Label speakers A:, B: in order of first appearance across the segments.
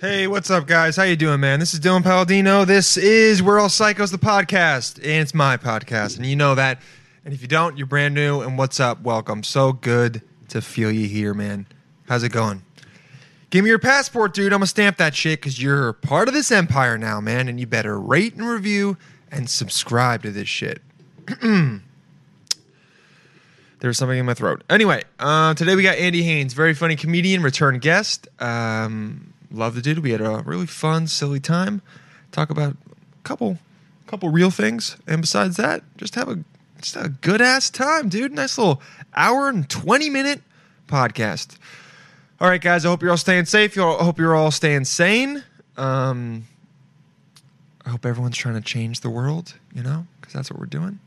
A: Hey, what's up, guys? How you doing, man? This is Dylan Palladino. This is We're All Psychos, the podcast, and it's my podcast, and you know that. And if you don't, you're brand new. And what's up? Welcome. So good to feel you here, man. How's it going? Give me your passport, dude. I'm gonna stamp that shit because you're part of this empire now, man. And you better rate and review and subscribe to this shit. there was something in my throat. Anyway, uh, today we got Andy Haynes, very funny comedian, return guest. Um, love the dude. We had a really fun, silly time. Talk about a couple, couple real things, and besides that, just have a just have a good ass time, dude. Nice little hour and twenty minute podcast. All right, guys. I hope you're all staying safe. You all I hope you're all staying sane. Um, I hope everyone's trying to change the world, you know, because that's what we're doing.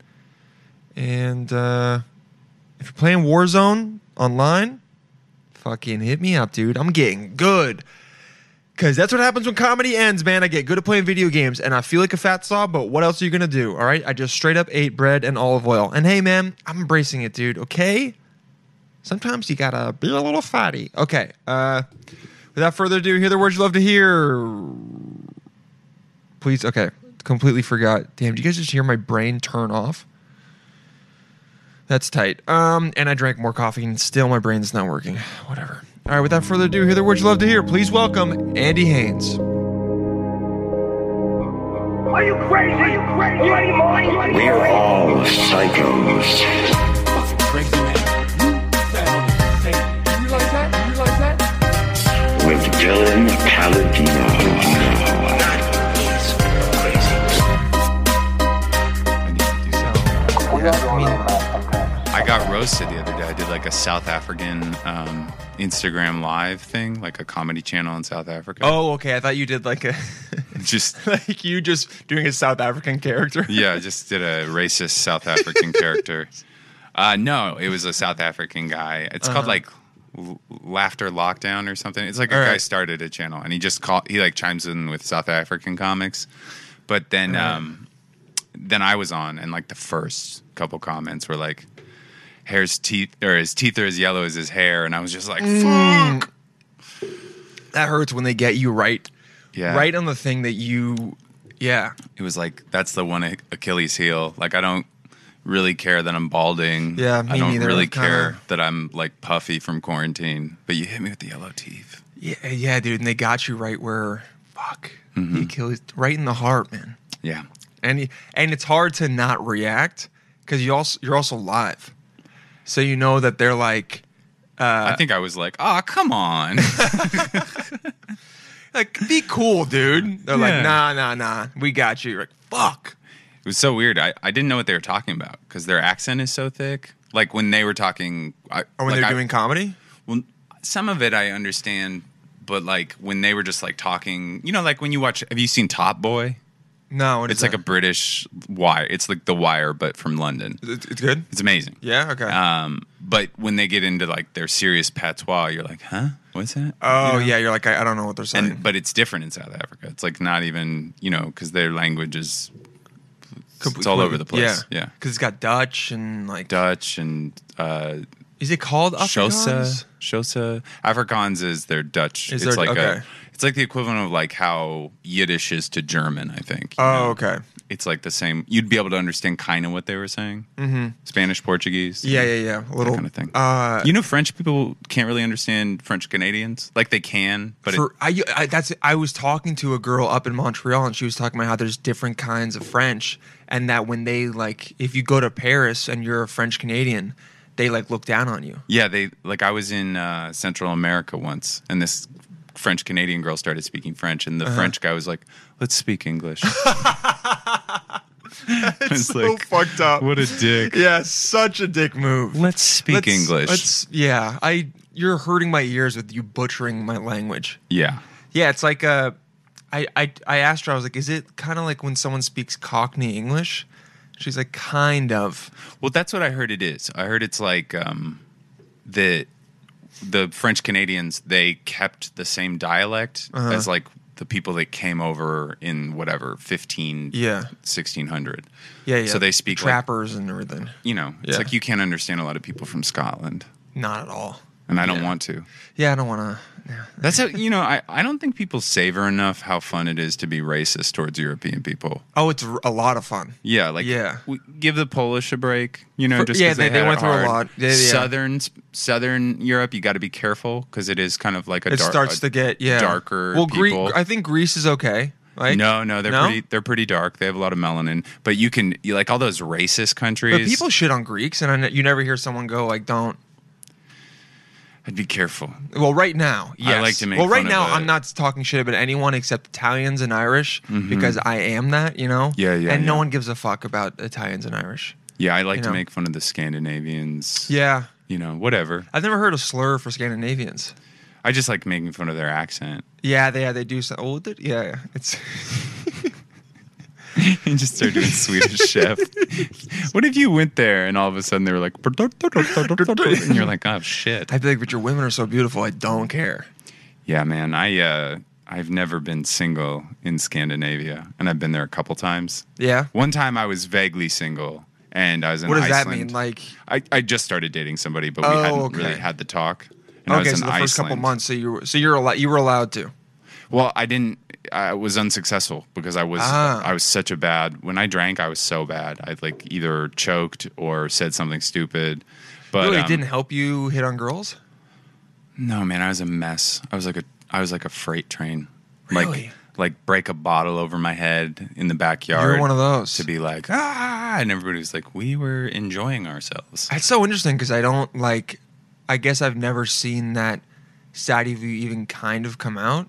A: And uh, if you're playing Warzone online, fucking hit me up, dude. I'm getting good. Because that's what happens when comedy ends, man. I get good at playing video games and I feel like a fat slob, but what else are you going to do? All right. I just straight up ate bread and olive oil. And hey, man, I'm embracing it, dude. Okay. Sometimes you got to be a little fatty. Okay. Uh, without further ado, hear the words you love to hear. Please. Okay. Completely forgot. Damn, do you guys just hear my brain turn off? That's tight. Um, and I drank more coffee, and still my brain's not working. Whatever. All right, without further ado, hear the words you love to hear. Please welcome Andy Haynes.
B: Are you crazy? Are you crazy? You out of your mind? You out of your
C: We're
B: mind?
C: all psychos. With Dylan Paladino.
D: I got roasted the other day. I did like a South African um, Instagram live thing, like a comedy channel in South Africa.
A: Oh, okay. I thought you did like a
D: just
A: like you just doing a South African character.
D: yeah, I just did a racist South African character. Uh, no, it was a South African guy. It's called like L- Laughter Lockdown or something. It's like a
A: All
D: guy
A: right.
D: started a channel and he just call he like chimes in with South African comics, but then um, then I was on and like the first couple comments were like. Hair's teeth, or his teeth are as yellow as his hair, and I was just like, "Fuck!"
A: That hurts when they get you right,
D: Yeah.
A: right on the thing that you. Yeah.
D: It was like that's the one Ach- Achilles heel. Like I don't really care that I'm balding.
A: Yeah, me
D: I don't
A: neither.
D: really
A: I've kinda-
D: care that I'm like puffy from quarantine. But you hit me with the yellow teeth.
A: Yeah, yeah, dude. And they got you right where fuck
D: Mm-hmm.
A: the Achilles, right in the heart, man.
D: Yeah,
A: and y- and it's hard to not react because you also you're also live, so you know that they're like Uh,
D: I think I was like, oh come on.
A: like be cool, dude. They're like
D: Yeah.
A: nah nah nah, we got you. You're like fuck.
D: It was so weird. I, I didn't know what they were talking about because their accent is so thick. Like when they were talking, I,
A: Or Oh, when
D: like,
A: they're
D: I-
A: doing comedy,
D: well, some of it I understand, but like when they were just like talking, you know, like when you watch. Have you seen Top Boy?
A: no, what is
D: It's like a
A: that?
D: British Wire. It's like The Wire, but from London.
A: It's it's good.
D: It's amazing.
A: Yeah. Okay.
D: Um, but when they get into like their serious patois, you're like, huh? What's that?
A: oh yeah, you're like I, I don't know what they're saying.
D: and but it's different in South Africa. It's like not even you know because their language is it's all over the place.
A: Yeah.
D: Yeah,
A: Because it's got Dutch and like
D: Dutch and uh,
A: is it called Afrikaans?
D: Xhosa. Xhosa Afrikaans is their Dutch.
A: Is
D: it's
A: their-
D: like
A: okay.
D: a it's like the equivalent of like how Yiddish is to German. I think. you
A: Oh
D: know?
A: okay.
D: It's like the same. You'd be able to understand kind of what they were saying. Mm-hmm. Spanish, Portuguese.
A: Yeah yeah yeah. A little
D: kind of thing.
A: Uh,
D: you know, French people can't really understand French Canadians. Like they can, but
A: for
D: it,
A: I, I that's I was talking to a girl up in Montreal and she was talking about how there's different kinds of French and that when they like if you go to Paris and you're a French Canadian, they like look down on you.
D: yeah, they like I was in uh, Central America once, and this French Canadian girl started speaking French, and the
A: Uh-huh.
D: French guy was like, "Let's speak English." it's
A: fucked up.
D: What a dick.
A: yeah, such a dick move.
D: Let's speak
A: Let's-
D: English.
A: Let's, yeah, I you're hurting my ears with you butchering my language.
D: yeah.
A: Yeah, it's like uh, I I I asked her. I was like, is it kind of like when someone speaks Cockney English? She's like, kind of.
D: Well, that's what I heard it is. I heard it's like um, the the French Canadians they kept the same dialect
A: Uh-huh.
D: as like the people that came over in whatever 15
A: Yeah.
D: 1600.
A: Yeah, yeah.
D: So they speak like-
A: trappers and everything.
D: You know, it's
A: Yeah.
D: like you can't understand a lot of people from Scotland.
A: Not at all.
D: and I don't
A: Yeah.
D: want to.
A: Yeah, I don't want to.
D: That's how you know. I, I don't think people savor enough how fun it is to be racist towards European people.
A: Oh, it's r- a lot of fun.
D: Yeah, like
A: Yeah.
D: we give the Polish a break. You know,
A: For-
D: just
A: yeah,
D: 'cause
A: they- they
D: had
A: went
D: it
A: through a
D: hard.
A: lot. Yeah, yeah.
D: Southern Southern Europe, you got to be careful because it is kind of like a
A: It
D: dark,
A: starts
D: a-
A: to get yeah
D: darker
A: Well,
D: people.
A: Greece. I think Greece is okay. Like
D: no, no, they're pretty. They're pretty dark. They have a lot of melanin, but you can you like all those racist countries.
A: But people shit on Greeks, and I ne- you never hear someone go like, "Don't."
D: I'd be careful.
A: Well, right now, yes.
D: like to make
A: well, right
D: fun of
A: now,
D: it.
A: I'm not talking shit about anyone except Italians and Irish because I am that, you know.
D: Mm-hmm. Yeah, yeah,
A: And no
D: yeah.
A: one gives a fuck about Italians and Irish.
D: Yeah, I like
A: You
D: to
A: know.
D: make fun of the Scandinavians.
A: Yeah,
D: you know, whatever.
A: I've never heard a slur for Scandinavians.
D: I just like making fun of their accent.
A: Yeah, they yeah, they do. So, oh, they- yeah, yeah, it's
D: and just started doing Swedish Chef. What if you went there and all of a sudden they were like, and you're like, oh shit.
A: I'd be like, but your women are so beautiful. I don't care.
D: Yeah, man. I uh, I've never been single in Scandinavia, and I've been there a couple times.
A: Yeah.
D: One time I was vaguely single, and I was in
A: What does
D: Iceland.
A: that mean? Like,
D: I, I just started dating somebody, but we
A: Oh,
D: hadn't
A: okay.
D: really had the talk. And I was
A: okay,
D: in
A: so the
D: Iceland.
A: first couple months, so you were, so you're allowed, you were allowed to.
D: Well, I didn't. I was unsuccessful because I was
A: Ah.
D: I was such a bad. When I drank, I was so bad. I like either choked or said something stupid. But
A: really
D: um,
A: didn't help you hit on girls.
D: No, man, I was a mess. I was like a I was like a freight train.
A: Really?
D: Like like break a bottle over my head in the backyard.
A: You're one of those.
D: to be like ah, and everybody was like, we were enjoying ourselves.
A: That's so interesting because I don't like. I guess I've never seen that side of you even kind of come out.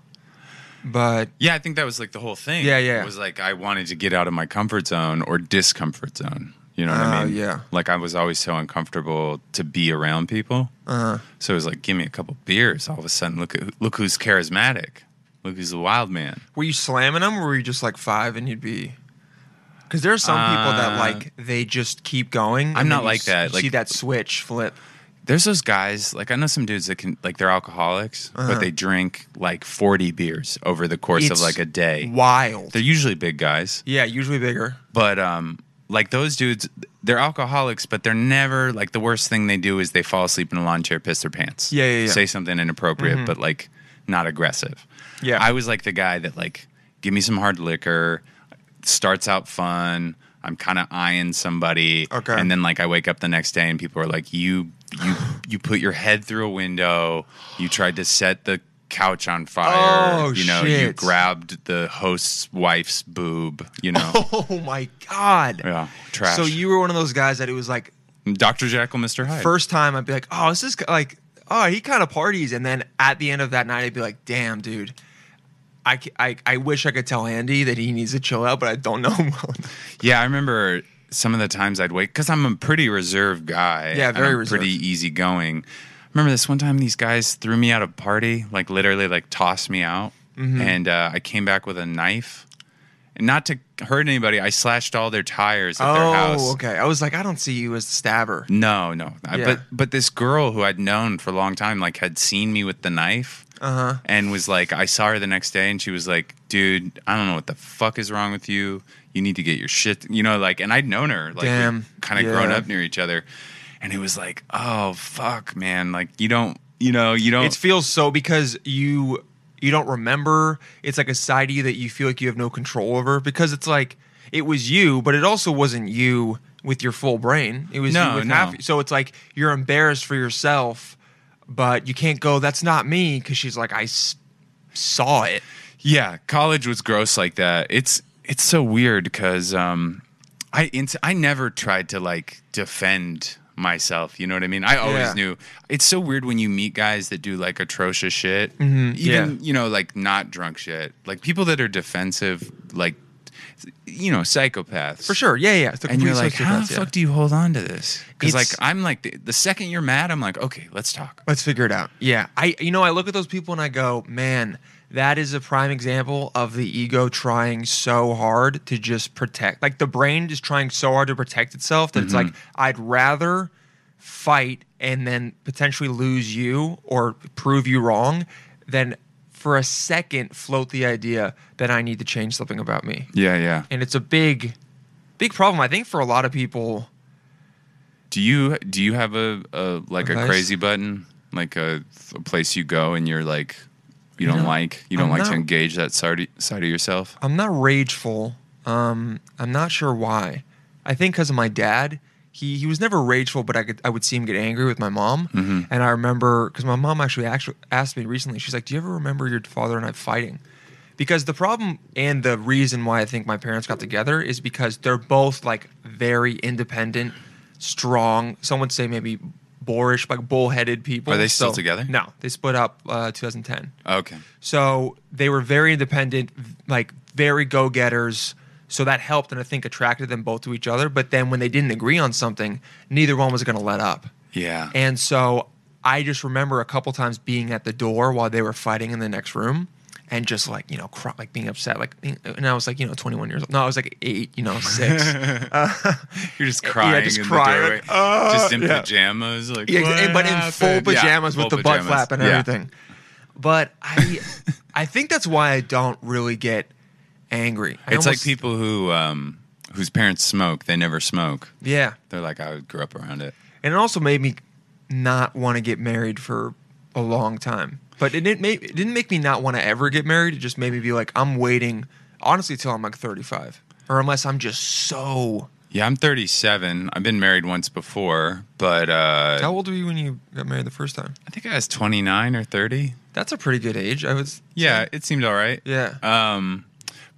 A: But
D: yeah, I think that was like the whole thing.
A: Yeah, yeah.
D: It was like I wanted to get out of my comfort zone or discomfort zone. You know what I
A: Oh,
D: mean?
A: yeah.
D: Like I was always so uncomfortable to be around people.
A: uh,
D: So it was like, give me a couple beers. All of a sudden, look at who- look who's charismatic. Look who's a wild man.
A: were you slamming them, or were you just like five and you'd be? Because there are some people that
D: Uh,
A: like they just keep going. and
D: I'm not
A: then you
D: like
A: s-
D: that,
A: you
D: like-
A: see that switch flip.
D: There's those guys, like I know some dudes that can like they're alcoholics, but they drink like 40 beers over the course of
A: Uh-huh. It's
D: like a day.
A: Wild.
D: They're usually big guys,
A: Yeah, usually bigger.
D: but um like those dudes, they're alcoholics, but they're never like the worst thing they do is they fall asleep in a lawn chair, piss their pants.
A: Yeah, yeah, yeah.
D: Say something inappropriate, but like not aggressive.
A: Yeah.
D: I was like the guy that like give me some hard liquor, starts out fun. I'm kind of eyeing somebody,
A: Okay.
D: and then like I wake up the next day and people are like, "You, you, you put your head through a window. You tried to set the couch on fire.
A: Oh,
D: you know, you
A: shit.
D: grabbed the host's wife's boob. You know,
A: Oh my god.
D: yeah, trash.
A: So you were one of those guys that it was like
D: Dr. Jekyll, Mr. Hyde.
A: first time I'd be like, oh, this is ki- like, oh, he kind of parties, and then at the end of that night, I'd be like, damn, dude. I, ca- I, I wish I could tell Andy that he needs to chill out, but I don't know him well. enough.
D: Yeah, I remember some of the times I'd wait because I'm a pretty reserved guy.
A: Yeah,
D: and
A: very
D: I'm
A: reserved.
D: Pretty easygoing. Remember this one time these guys threw me out of party, like literally, like tossed me out,
A: Mm-hmm.
D: and uh, I came back with a knife. And not to hurt anybody, I slashed all their tires at their house.
A: Oh, okay. I was like, I don't see you as the stabber.
D: No, no. I-
A: Yeah.
D: But but this girl who I'd known for a long time, like, had seen me with the knife.
A: Uh huh.
D: and was like, I saw her the next day, and she was like, dude, I don't know what the fuck is wrong with you. You need to get your shit, you know, like, and I'd known her, like,
A: Damn.
D: kind of
A: Yeah.
D: grown up near each other, and it was like, oh fuck, man, like you don't, you know, you don't.
A: It feels so because you you don't remember. It's like a side of you that you feel like you have no control over because it's like it was you, but it also wasn't you with your full brain. It was
D: No,
A: you with
D: no.
A: half. So it's like you're embarrassed for yourself, but you can't go. That's not me because she's like I s- saw it.
D: yeah, college was gross like that. It's it's so weird because um, I int- I never tried to like defend myself. You know what I mean? I always
A: Yeah.
D: knew. It's so weird when you meet guys that do like atrocious shit.
A: Mm-hmm.
D: Even
A: Yeah.
D: you know like not drunk shit. Like people that are defensive, like you know psychopaths
A: For sure. Yeah, yeah. It's the
D: And you're like,
A: complete
D: how
A: sociopath,
D: the
A: yeah.
D: fuck do you hold on to this? Because like
A: It's-
D: I'm like the, the second you're mad, I'm like, okay, let's talk.
A: Let's figure it out. Yeah. I you know, I look at those people and I go, "Man, that is a prime example of the ego trying so hard to just protect. Like the brain is trying so hard to protect itself that it's like I'd rather fight and then potentially lose you or prove you wrong than for a second float the idea that I need to change something about me."
D: Yeah, yeah.
A: And it's a big big problem I think for a lot of people.
D: Do you do you have a, a like a
A: Advice?
D: crazy button? like a, a place you go and you're like you don't
A: No,
D: like you don't
A: I'm
D: like to
A: not.
D: engage that side of- side of yourself.
A: I'm not rageful. Um, I'm not sure why. I think because of my dad. He he was never rageful, but I could I would see him get angry with my mom.
D: Mm-hmm.
A: And I remember because my mom actually actually asked me recently. She's like, "Do you ever remember your father and I fighting?" Because the problem and the reason why I think my parents got together is because they're both like very independent, strong. Some would say maybe boorish, like bullheaded people.
D: Are they still together?
A: No, they split up uh, 2010.
D: Okay.
A: So they were very independent, v- like very go getters. So that helped and I think attracted them both to each other. But then when they didn't agree on something, neither one was going to let up.
D: Yeah.
A: And so I just remember a couple times being at the door while they were fighting in the next room and just like, you know, cry, like being upset. Like, being, and I was like, you know, 21 years old. No, I was like eight, you know, six.
D: You're just
A: Yeah,
D: crying
A: just
D: in
A: crying,
D: the doorway,
A: like, "Ah,"
D: just in
A: yeah.
D: pajamas, like
A: Yeah, exa-
D: "What
A: but in full
D: happened?" Yeah,
A: pajamas with
D: full
A: the butt
D: pajamas.
A: flap and
D: Yeah.
A: everything. But I, I think that's why I don't really get angry. I
D: It's like
A: almost-
D: people who um, whose parents smoke, they never smoke.
A: yeah,
D: They're like, I grew up around it.
A: and it also made me not want to get married for a long time. But it didn't make it didn't make me not want to ever get married. It just made me be like, I'm waiting, honestly, till I'm like 35, or unless I'm just so.
D: Yeah, I'm 37. I've been married once before, but uh,
A: How old were you when you got married the first time?
D: I think I was 29 or 30.
A: That's a pretty good age. I was.
D: Yeah, it seemed all right.
A: Yeah.
D: Um,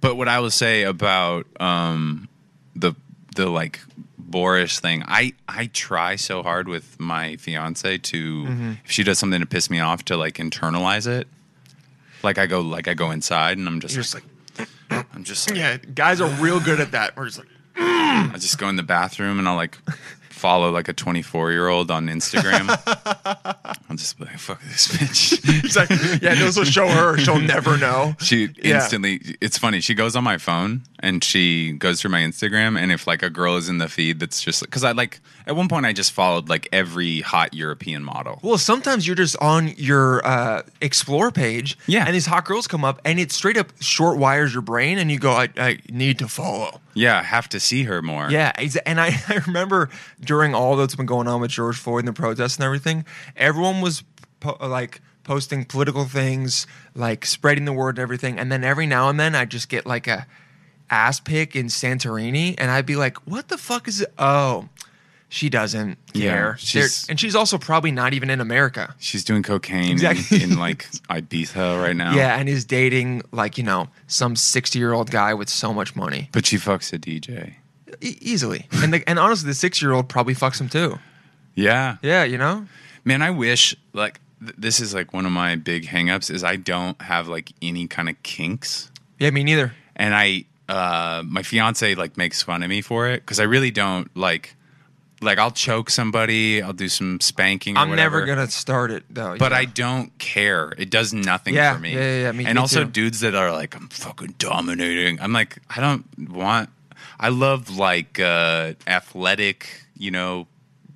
D: but what I will say about um, the the like boorish thing, I I try so hard with my fiance to if she does something to piss me off to like internalize it. Like I go like I go inside and I'm just,
A: You're just like,
D: I'm just like,
A: yeah, guys are real good at that. We're just like,
D: I just go in the bathroom and I'll like follow like a 24 year old on Instagram. I'll just be like fuck this bitch.
A: He's like, yeah, this will show her. She'll never know.
D: She
A: Yeah.
D: instantly, it's funny. She goes on my phone and she goes through my Instagram. And if like a girl is in the feed, that's just because I like, at one point, I just followed like every hot European model.
A: Well, sometimes you're just on your uh, explore page,
D: Yeah.
A: and these hot girls come up, and it straight up short wires your brain, and you go, I, I need to follow.
D: Yeah, I have to see her more.
A: Yeah, exa- and I, I remember during all that's been going on with George Floyd and the protests and everything, everyone was po- like posting political things, like spreading the word and everything. And then every now and then, I just get like a ass pick in Santorini, and I'd be like, "What the fuck is it? Oh, she doesn't
D: Yeah,
A: care. They're-
D: she's-
A: and she's also probably not even in America.
D: She's doing cocaine
A: Exactly.
D: in, in like Ibiza right now.
A: Yeah, and is dating like you know some sixty-year-old guy with so much money
D: But she fucks a DJ.
A: e- easily. And the, and honestly, the six-year-old probably fucks him too.
D: Yeah.
A: Yeah, you know.
D: Man, I wish like th- this is like one of my big hangups is I don't have like any kind of kinks.
A: Yeah, me neither.
D: and I uh my fiance like makes fun of me for it cuz I really don't like like I'll choke somebody, I'll do some spanking or
A: I'm never
D: whatever,
A: gonna start it though.
D: but
A: yeah.
D: I don't care. It does nothing
A: Yeah,
D: for me.
A: yeah, yeah, yeah, me-
D: and
A: me
D: also
A: too.
D: dudes that are like I'm fucking dominating. I'm like I don't want I love like uh athletic, you know,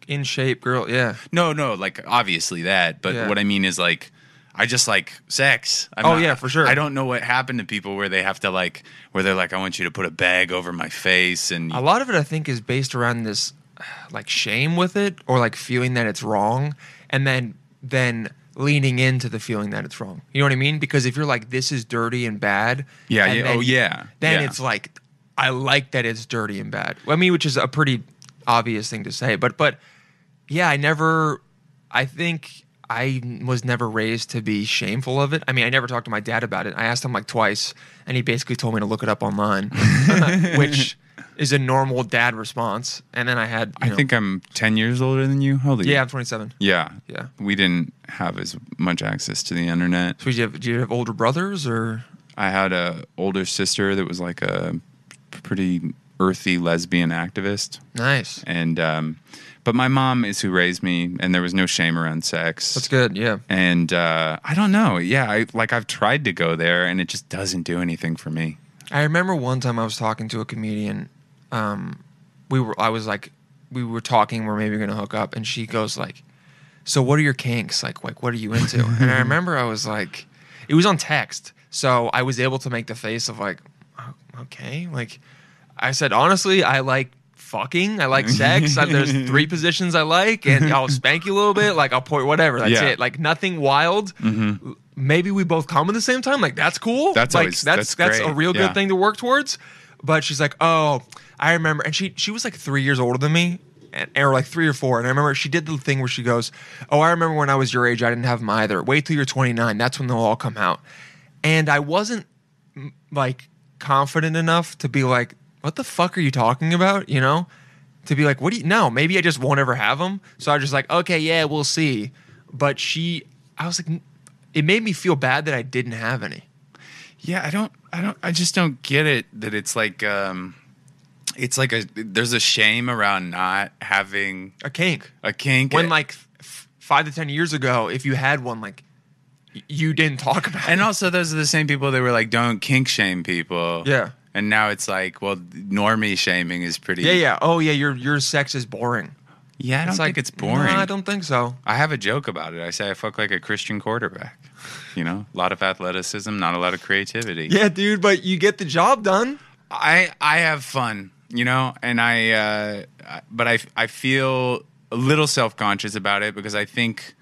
A: in shape, girl. Yeah.
D: no, no, like obviously that, but
A: Yeah.
D: what I mean is like I just like sex. I'm
A: Oh, yeah, for sure.
D: I don't know what happened to people where they have to like where they're like I want you to put a bag over my face and
A: A lot of it, I think, is based around this like shame with it, or like feeling that it's wrong, and then then leaning into the feeling that it's wrong. You know what I mean? Because if you're like, this is dirty and bad.
D: Yeah,
A: and
D: yeah,
A: then-
D: oh, yeah,
A: Then
D: yeah.
A: it's like, I like that it's dirty and bad. I mean, which is a pretty obvious thing to say, but but yeah, I never. I think I was never raised to be shameful of it. I mean, I never talked to my dad about it. I asked him like twice, and he basically told me to look it up online, which is a normal dad response. And then I had, you
D: I
A: know-
D: think I'm 10 years older than you. How old are you?
A: yeah, I'm 27.
D: Yeah.
A: Yeah.
D: We didn't have as much access to the internet.
A: So did you have, do you have older brothers or?
D: I had a older sister that was like a pretty earthy lesbian activist
A: Nice.
D: and um but my mom is who raised me and there was no shame around sex.
A: That's good. Yeah.
D: and uh, I don't know. Yeah, I like I've tried to go there, and it just doesn't do anything for me.
A: I remember one time I was talking to a comedian. Um, we were, I was like, we were talking, we're maybe gonna hook up, and she goes like, "So what are your kinks? Like, like what are you into?" and I remember I was like, it was on text, so I was able to make the face of like, "Oh, okay, like I said honestly, I like fucking. I like sex. I, there's three positions I like, and I'll spank you a little bit. Like I'll point whatever. That's
D: Yeah.
A: it. Like nothing wild. Maybe we both come at the same time. Like that's cool.
D: That's
A: like
D: always-
A: that's
D: that's
A: that's, a
D: great.
A: real good
D: Yeah.
A: thing to work towards. But she's like, oh, I remember, and she she was like three years older than me. And, or like three or four, and I remember she did the thing where she goes, "Oh, I remember when I was your age, I didn't have them either. Wait till you're 29, that's when they'll all come out." And I wasn't like confident enough to be like, what the fuck are you talking about? You know, to be like, what do you? No, maybe I just won't ever have them. So I was just like, okay, yeah, we'll see. But she, I was like, n- it made me feel bad that I didn't have any.
D: Yeah, I don't, I don't, I just don't get it that it's like, um, it's like a, there's a shame around not having
A: A kink.
D: a kink.
A: When like f- f- five to ten years ago, if you had one, like y- you didn't talk about.
D: and
A: it.
D: also those are the same people that were like, don't kink shame people.
A: Yeah.
D: And now it's like, well, normie shaming is pretty.
A: yeah, yeah. Oh, yeah. Your your sex is boring.
D: Yeah, I don't think
A: like-
D: it's boring.
A: No, I don't think so.
D: I have a joke about it. I say I fuck like a Christian quarterback. You know, a lot of athleticism, not a lot of creativity.
A: Yeah, dude. But you get the job done.
D: I I have fun, you know, and I uh I- but I I feel a little self-conscious about it because I think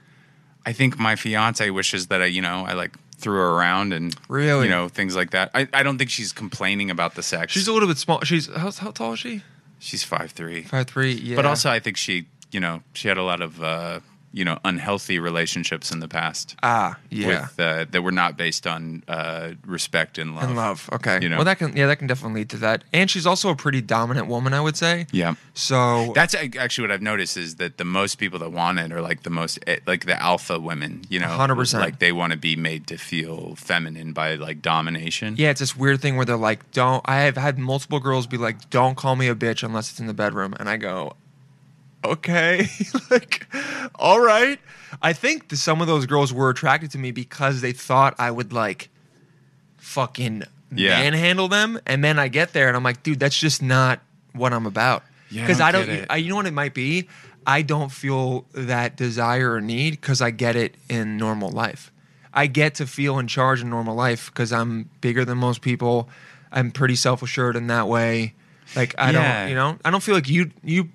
D: I think my fiance wishes that I, you know, I like threw her around and
A: Really?
D: you know, things like that. I, I don't think she's complaining about the sex.
A: She's a little bit small. She's how, how tall is she?
D: she's 5'3".
A: Five three. Yeah.
D: But also I think she, you know, she had a lot of uh, you know, unhealthy relationships in the past.
A: ah, yeah.
D: with uh, that were not based on uh, respect and love.
A: and love. Okay.
D: You know?
A: Well, that can yeah, that can definitely lead to that. And she's also a pretty dominant woman, I would say.
D: Yeah.
A: So
D: That's ac- actually what I've noticed is that the most people that want it are like the most eh, like the alpha women, you know,
A: 100%.
D: Like they want to be made to feel feminine by like domination.
A: yeah, it's this weird thing where they're like, "Don't." I have had multiple girls be like, "Don't call me a bitch unless it's in the bedroom," and I go, "Okay, like, all right." I think that some of those girls were attracted to me because they thought I would like fucking
D: Yeah.
A: manhandle them, and then I get there and I'm like, "Dude, that's just not what I'm about."
D: Yeah, I
A: Because
D: don't
A: I don't, e,
D: get it.
A: I, you know what it might be. I don't feel that desire or need because I get it in normal life. I get to feel in charge in normal life because I'm bigger than most people. I'm pretty self assured in that way. Like I
D: Yeah.
A: don't, you know, I don't feel like you you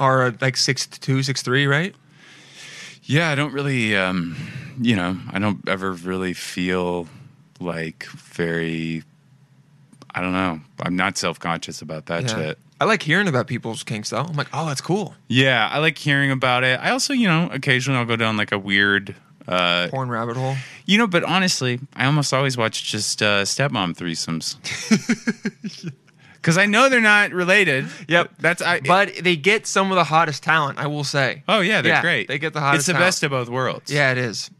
A: are uh, like six two, six three, right?
D: Yeah, I don't really, um, you know, I don't ever really feel like very. I don't know. I'm not self conscious about that shit.
A: I like hearing about people's kinks though. I'm like, oh, that's cool.
D: Yeah, I like hearing about it. I also, you know, occasionally I'll go down like a weird. Uh,
A: Porn rabbit hole.
D: You know, but honestly, I almost always watch just uh, stepmom threesomes because I know they're not related.
A: Yep.
D: that's I.
A: But they get some of the hottest talent, I will say.
D: oh yeah, they're great.
A: They get the hottest.
D: It's the
A: talent.
D: best of both worlds.
A: Yeah, it is.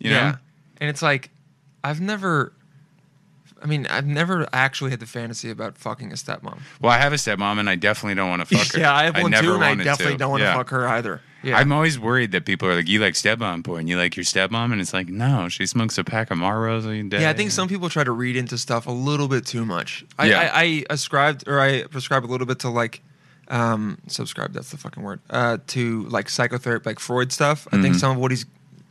D: You know?
A: And it's like, I've never, I mean, I've never actually had the fantasy about fucking a stepmom.
D: Well, I have a stepmom, and I definitely don't want to fuck her.
A: yeah, I have one
D: never
A: too, and I
D: wanted
A: definitely
D: to.
A: don't want to
D: Yeah.
A: fuck her either. Yeah.
D: I'm always worried that people are like, "You like stepmom porn? You like your stepmom?" And it's like, no, she smokes a pack of Marlboros a day.
A: yeah, I think some people try to read into stuff a little bit too much. I,
D: Yeah.
A: I, I ascribed or I prescribe a little bit to like um subscribe, that's the fucking word. Uh to like psychotherapy like Freud stuff. I think some of what he's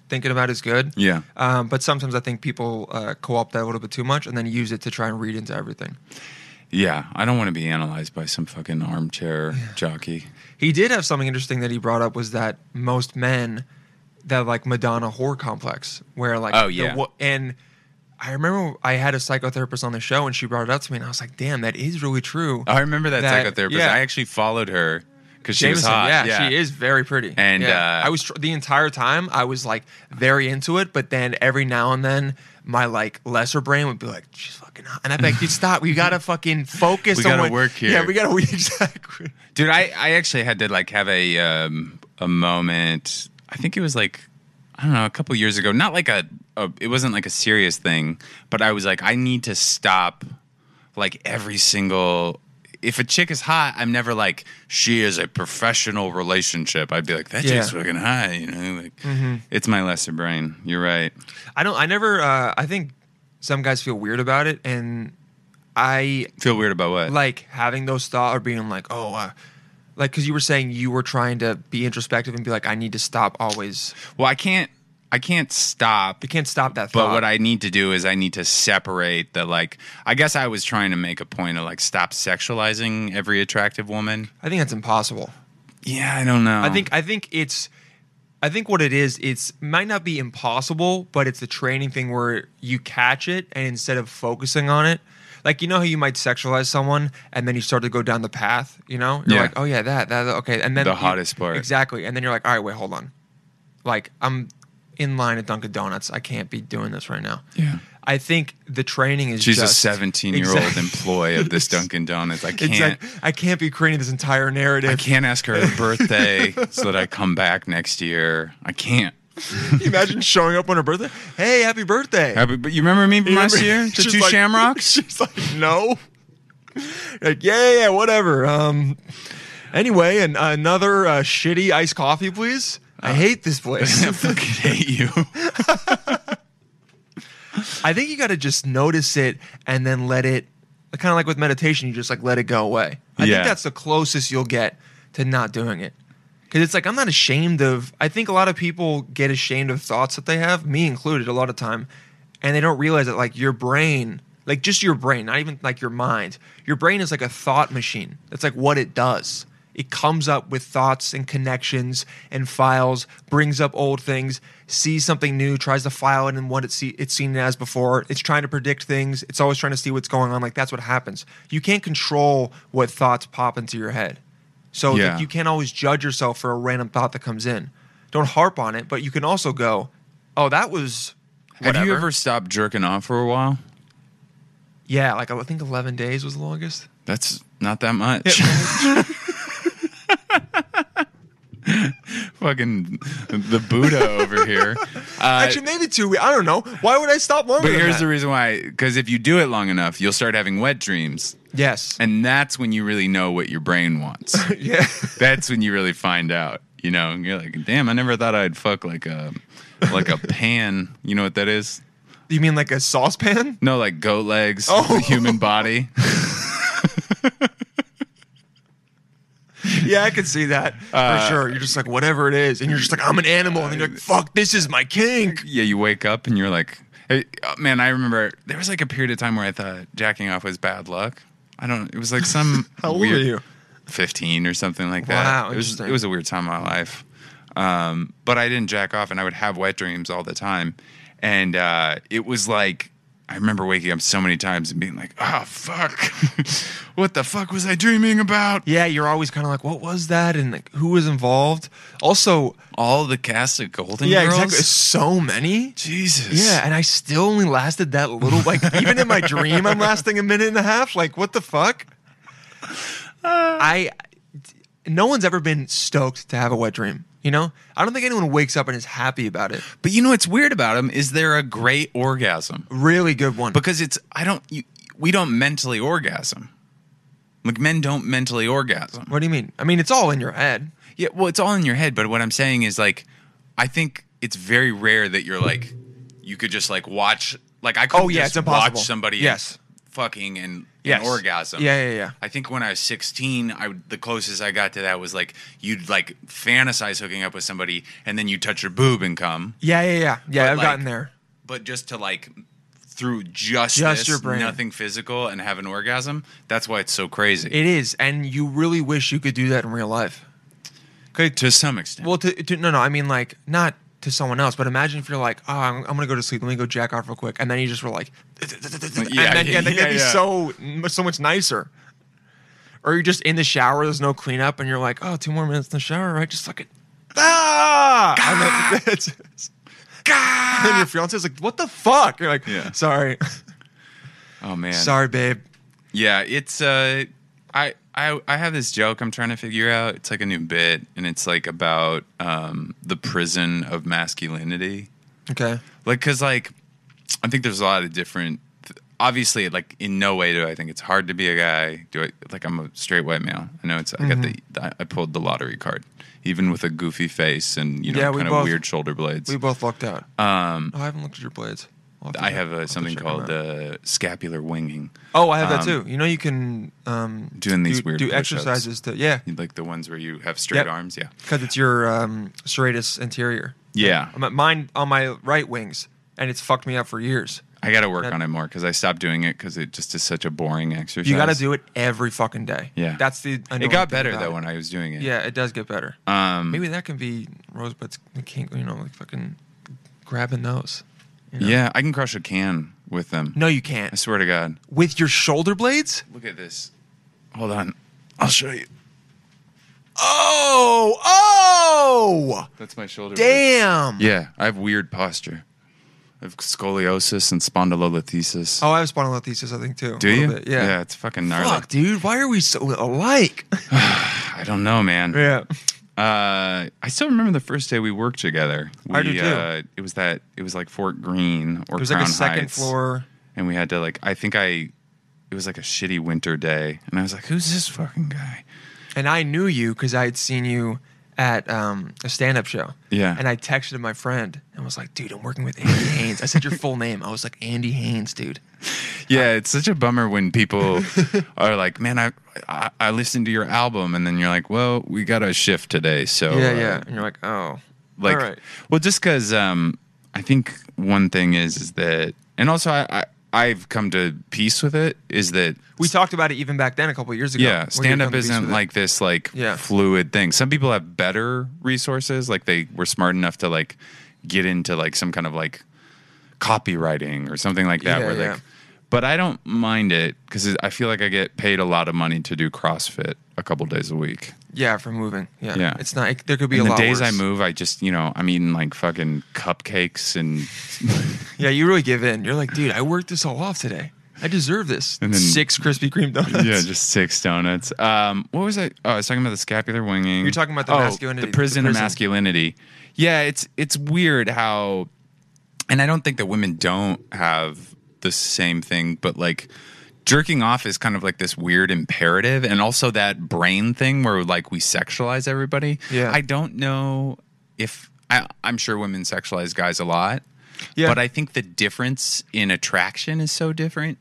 A: thinking about is good.
D: Yeah.
A: Um, but sometimes I think people uh, co-opt that a little bit too much and then use it to try and read into everything.
D: Yeah, I don't want to be analyzed by some fucking armchair jockey.
A: He did have something interesting that he brought up was that most men that like Madonna whore complex, where like
D: Oh,
A: the
D: yeah.
A: wo- and I remember I had a psychotherapist on the show and she brought it up to me and I was like, damn, that is really true.
D: Oh, I remember that,
A: That-
D: psychotherapist.
A: yeah.
D: I actually followed her because she was
A: Jameson,
D: hot.
A: yeah, she is very pretty.
D: And,
A: Yeah.
D: uh,
A: I was tr- the entire time I was like very into it, but then every now and then my like lesser brain would be like, she's fucking hot, and I'd be like, dude, stop, we gotta fucking focus.
D: We
A: on
D: gotta
A: what-
D: work here.
A: Yeah, we gotta exactly.
D: Dude, I, I actually had to like have a um, a moment. I think it was like I don't know, a couple years ago. Not like a, a it wasn't like a serious thing, but I was like I need to stop like every single if a chick is hot, I'm never like she is a professional relationship. I'd be like that
A: Yeah.
D: chick's fucking hot, you know, like it's my lesser brain. You're right.
A: I don't. I never. Uh, I think some guys feel weird about it, and I
D: Feel weird about what?
A: like having those thoughts or being like, oh, uh, like because you were saying you were trying to be introspective and be like, I need to stop always.
D: Well, I can't. I can't stop.
A: You can't stop that thought.
D: But what I need to do is I need to separate the like. I guess I was trying to make a point of like stop sexualizing every attractive woman.
A: I think that's impossible.
D: Yeah, I don't know.
A: I think I think it's I think what it is it's might not be impossible, but it's the training thing where you catch it and instead of focusing on it, like you know how you might sexualize someone and then you start to go down the path, you know? You're
D: Yeah.
A: like, "Oh yeah, that that okay." And then
D: The
A: you-
D: hottest part.
A: Exactly. And then you're like, "All right, wait, hold on." Like I'm in line at Dunkin' Donuts. I can't be doing this right now.
D: Yeah.
A: I think the training is
D: she's
A: just
D: a 17 year old
A: Exactly.
D: employee of this Dunkin' Donuts. I can't.
A: Exactly. I can't be creating this entire narrative.
D: I can't ask her her birthday so that I come back next year. I can't.
A: Can you imagine showing up on her birthday? Hey, happy birthday.
D: Uh, But but you remember me from last year? The
A: She's
D: two
A: like-
D: shamrocks?
A: She's like, no. Like, yeah, yeah, yeah, whatever. Um, anyway, and another uh, shitty iced coffee, please. I hate this place.
D: I fucking hate you.
A: I think you got to just notice it and then let it. Kind of like with meditation, you just like let it go away. I
D: Yeah.
A: think that's the closest you'll get to not doing it. Because it's like I'm not ashamed of. I think a lot of people get ashamed of thoughts that they have, me included, a lot of time, and they don't realize that like your brain, like just your brain, not even like your mind. Your brain is like a thought machine. That's like what it does. It comes up with thoughts and connections and files, brings up old things, sees something new, tries to file it in what it see, it's seen it as before. It's trying to predict things. It's always trying to see what's going on. Like that's what happens. You can't control what thoughts pop into your head. So
D: Yeah.
A: like, you can't always judge yourself for a random thought that comes in. Don't harp on it, but you can also go, "Oh, that was." Whatever.
D: Have you ever stopped jerking off for a while?
A: Yeah, like I think eleven days was the longest.
D: That's not that much. Fucking the Buddha over here. Uh,
A: Actually, maybe two. we- I don't know. Why would I stop longer?
D: but
A: than
D: here's
A: that?
D: the reason why because if you do it long enough, you'll start having wet dreams.
A: yes.
D: And that's when you really know what your brain wants.
A: yeah.
D: that's when you really find out, you know, and you're like, damn, I never thought I'd fuck like a like a pan. You know what that is?
A: You mean like a saucepan?
D: No, like goat legs,
A: Oh.
D: human body.
A: Yeah, I could see that
D: Uh,
A: for sure. You're just like whatever it is, and you're just like I'm an animal, and then you're like fuck, this is my kink.
D: yeah, you wake up and you're like, hey, oh, man, I remember there was like a period of time where I thought jacking off was bad luck. I don't. It was like some.
A: How old
D: weird,
A: are you?
D: Fifteen or something like that.
A: Wow,
D: it was
A: interesting.
D: it was a weird time in my life. Um, but I didn't jack off, and I would have wet dreams all the time, and uh, it was like. I remember waking up so many times and being like, "Oh fuck, what the fuck was I dreaming about?"
A: Yeah, you're always kind of like, what was that, and like who was involved? Also,
D: All the cast of Golden
A: yeah,
D: Girls.
A: exactly. So many.
D: Jesus.
A: Yeah, and I still only lasted that little. Like even in my dream, I'm lasting a minute and a half. Like what the fuck?
D: Uh.
A: I no one's ever been stoked to have a wet dream. You know, I don't think anyone wakes up and is happy about it.
D: But you know what's weird about them is they're a great orgasm.
A: Really good one.
D: because it's I don't you, we don't mentally orgasm. Like men don't mentally orgasm.
A: what do you mean? I mean, it's all in your head.
D: Yeah, well, it's all in your head. But what I'm saying is like, I think it's very rare that you're like, you could just like watch like I could
A: Oh, yeah,
D: just
A: it's impossible.
D: watch somebody
A: Yes.
D: fucking and.
A: Yes.
D: An orgasm.
A: Yeah, yeah, yeah.
D: I think when I was 16, I would- the closest I got to that was like you'd like fantasize hooking up with somebody, and then you touch your boob and come.
A: Yeah, yeah, yeah, yeah.
D: But,
A: I've
D: like,
A: gotten there.
D: but just to like through just,
A: Just
D: this,
A: your brain.
D: nothing physical and have an orgasm that's why it's so crazy
A: It is, and you really wish you could do that in real life.
D: to some extent
A: Well, to, to, no, no, I mean like not to someone else, but imagine if you're like, oh, I'm, I'm gonna go to sleep. Let me go jack off real quick, and then you just were like,
D: yeah,
A: and then,
D: yeah,
A: and then
D: yeah,
A: that'd be
D: yeah.
A: so so much nicer. Or you're just in the shower, there's no cleanup, and you're like, oh, two more minutes in the shower, right? Just fucking ah. And then, and then your fiance's like, what the fuck? You're like,
D: Yeah.
A: sorry,
D: oh man
A: sorry, babe.
D: yeah it's uh I, I i have this joke i'm trying to figure out it's like a new bit and it's like about um the prison of masculinity
A: Okay.
D: like because like i think there's a lot of different obviously like in no way do i think it's hard to be a guy do i like i'm a straight white male i know it's i got the
A: Mm-hmm.
D: I- i pulled the lottery card even with a goofy face and you know
A: Yeah, we
D: kind of
A: both-
D: weird shoulder blades
A: We both lucked out. Um, I haven't looked at your blades. I'll to
D: i
A: check-
D: have
A: I'll
D: uh,
A: to
D: something
A: check 'em out.
D: called uh, scapular winging
A: Oh, I have that
D: Um,
A: too. You know, you can um,
D: Doing these
A: do,
D: weird
A: do
D: push-ups.
A: exercises to yeah,
D: like the ones where you have straight
A: Yep.
D: arms yeah
A: because it's your um, serratus anterior.
D: Yeah.
A: I'm at mine on my right wings, and it's fucked me up for years.
D: I got to work
A: That-
D: on it more because I stopped doing it because it just is such a boring exercise.
A: You got to do it every fucking day.
D: Yeah.
A: that's the.
D: It got better though when I was doing it.
A: Yeah, it does get better.
D: Um,
A: Maybe that can be Rosebud's kink. You know, like fucking grabbing those. you know?
D: Yeah, I can crush a can with them.
A: No, you
D: I
A: can't.
D: swear to God.
A: With your shoulder blades?
D: Look at this. Hold on. I'll show you.
A: Oh, oh,
D: That's my shoulder.
A: damn.
D: Yeah, I have weird posture. I have scoliosis and spondylolisthesis.
A: Oh, I have spondylolisthesis, I think too. a
D: Do
A: little
D: you?
A: bit, Yeah.
D: Yeah, it's fucking gnarly.
A: Fuck, dude. Why are we so alike?
D: I don't know, man.
A: yeah.
D: Uh, I still remember the first day we worked together. We,
A: I do, too.
D: Uh, it was that. It was like Fort Greene or
A: It was
D: Crown
A: like a second
D: Heights.
A: floor.
D: and we had to like I think I it was like a shitty winter day and I was like who's this fucking guy
A: and I knew you because I had seen you at um, a stand-up show.
D: Yeah.
A: And I texted my friend and was like, "Dude, I'm working with Andy Haynes." I said your full name. I was like, "Andy Haynes, dude."
D: yeah it's such a bummer when people are like man I, I I listened to your album and then you're like well we got a shift today so
A: yeah,
D: uh,
A: yeah. And you're like, "Oh,
D: like
A: all right."
D: well just because um I think one thing is is that and also I, I I've come to peace with it is that
A: We talked about it even back then a couple years ago.
D: Yeah,
A: We
D: stand
A: did
D: up
A: come to peace with
D: isn't
A: it.
D: like this like
A: Yeah.
D: fluid thing. Some people have better resources, like they were smart enough to like get into like some kind of like copywriting or something like that.
A: Yeah,
D: where
A: yeah.
D: like, but I don't mind it because I feel like I get paid a lot of money to do CrossFit a couple days a week.
A: yeah for moving. Yeah,
D: Yeah.
A: It's not. It, there could be a
D: And the
A: lot
D: days I
A: worse.
D: move, I just you know I'm eating like fucking cupcakes and
A: Yeah, you really give in. You're like, "Dude, I worked this all off today. I deserve this."
D: And then-
A: Six Krispy Kreme donuts.
D: yeah, just six donuts. Um, what was I? Oh, I was talking about the scapular winging.
A: You're talking about the
D: Oh,
A: masculinity,
D: the prison
A: the
D: of
A: prison.
D: masculinity. Yeah, it's it's weird how, and I don't think that women don't have the same thing, but like jerking off is kind of like this weird imperative, and also that brain thing where like we sexualize everybody.
A: Yeah.
D: I don't know if I, I'm sure women sexualize guys a lot.
A: Yeah.
D: But I think the difference in attraction is so different.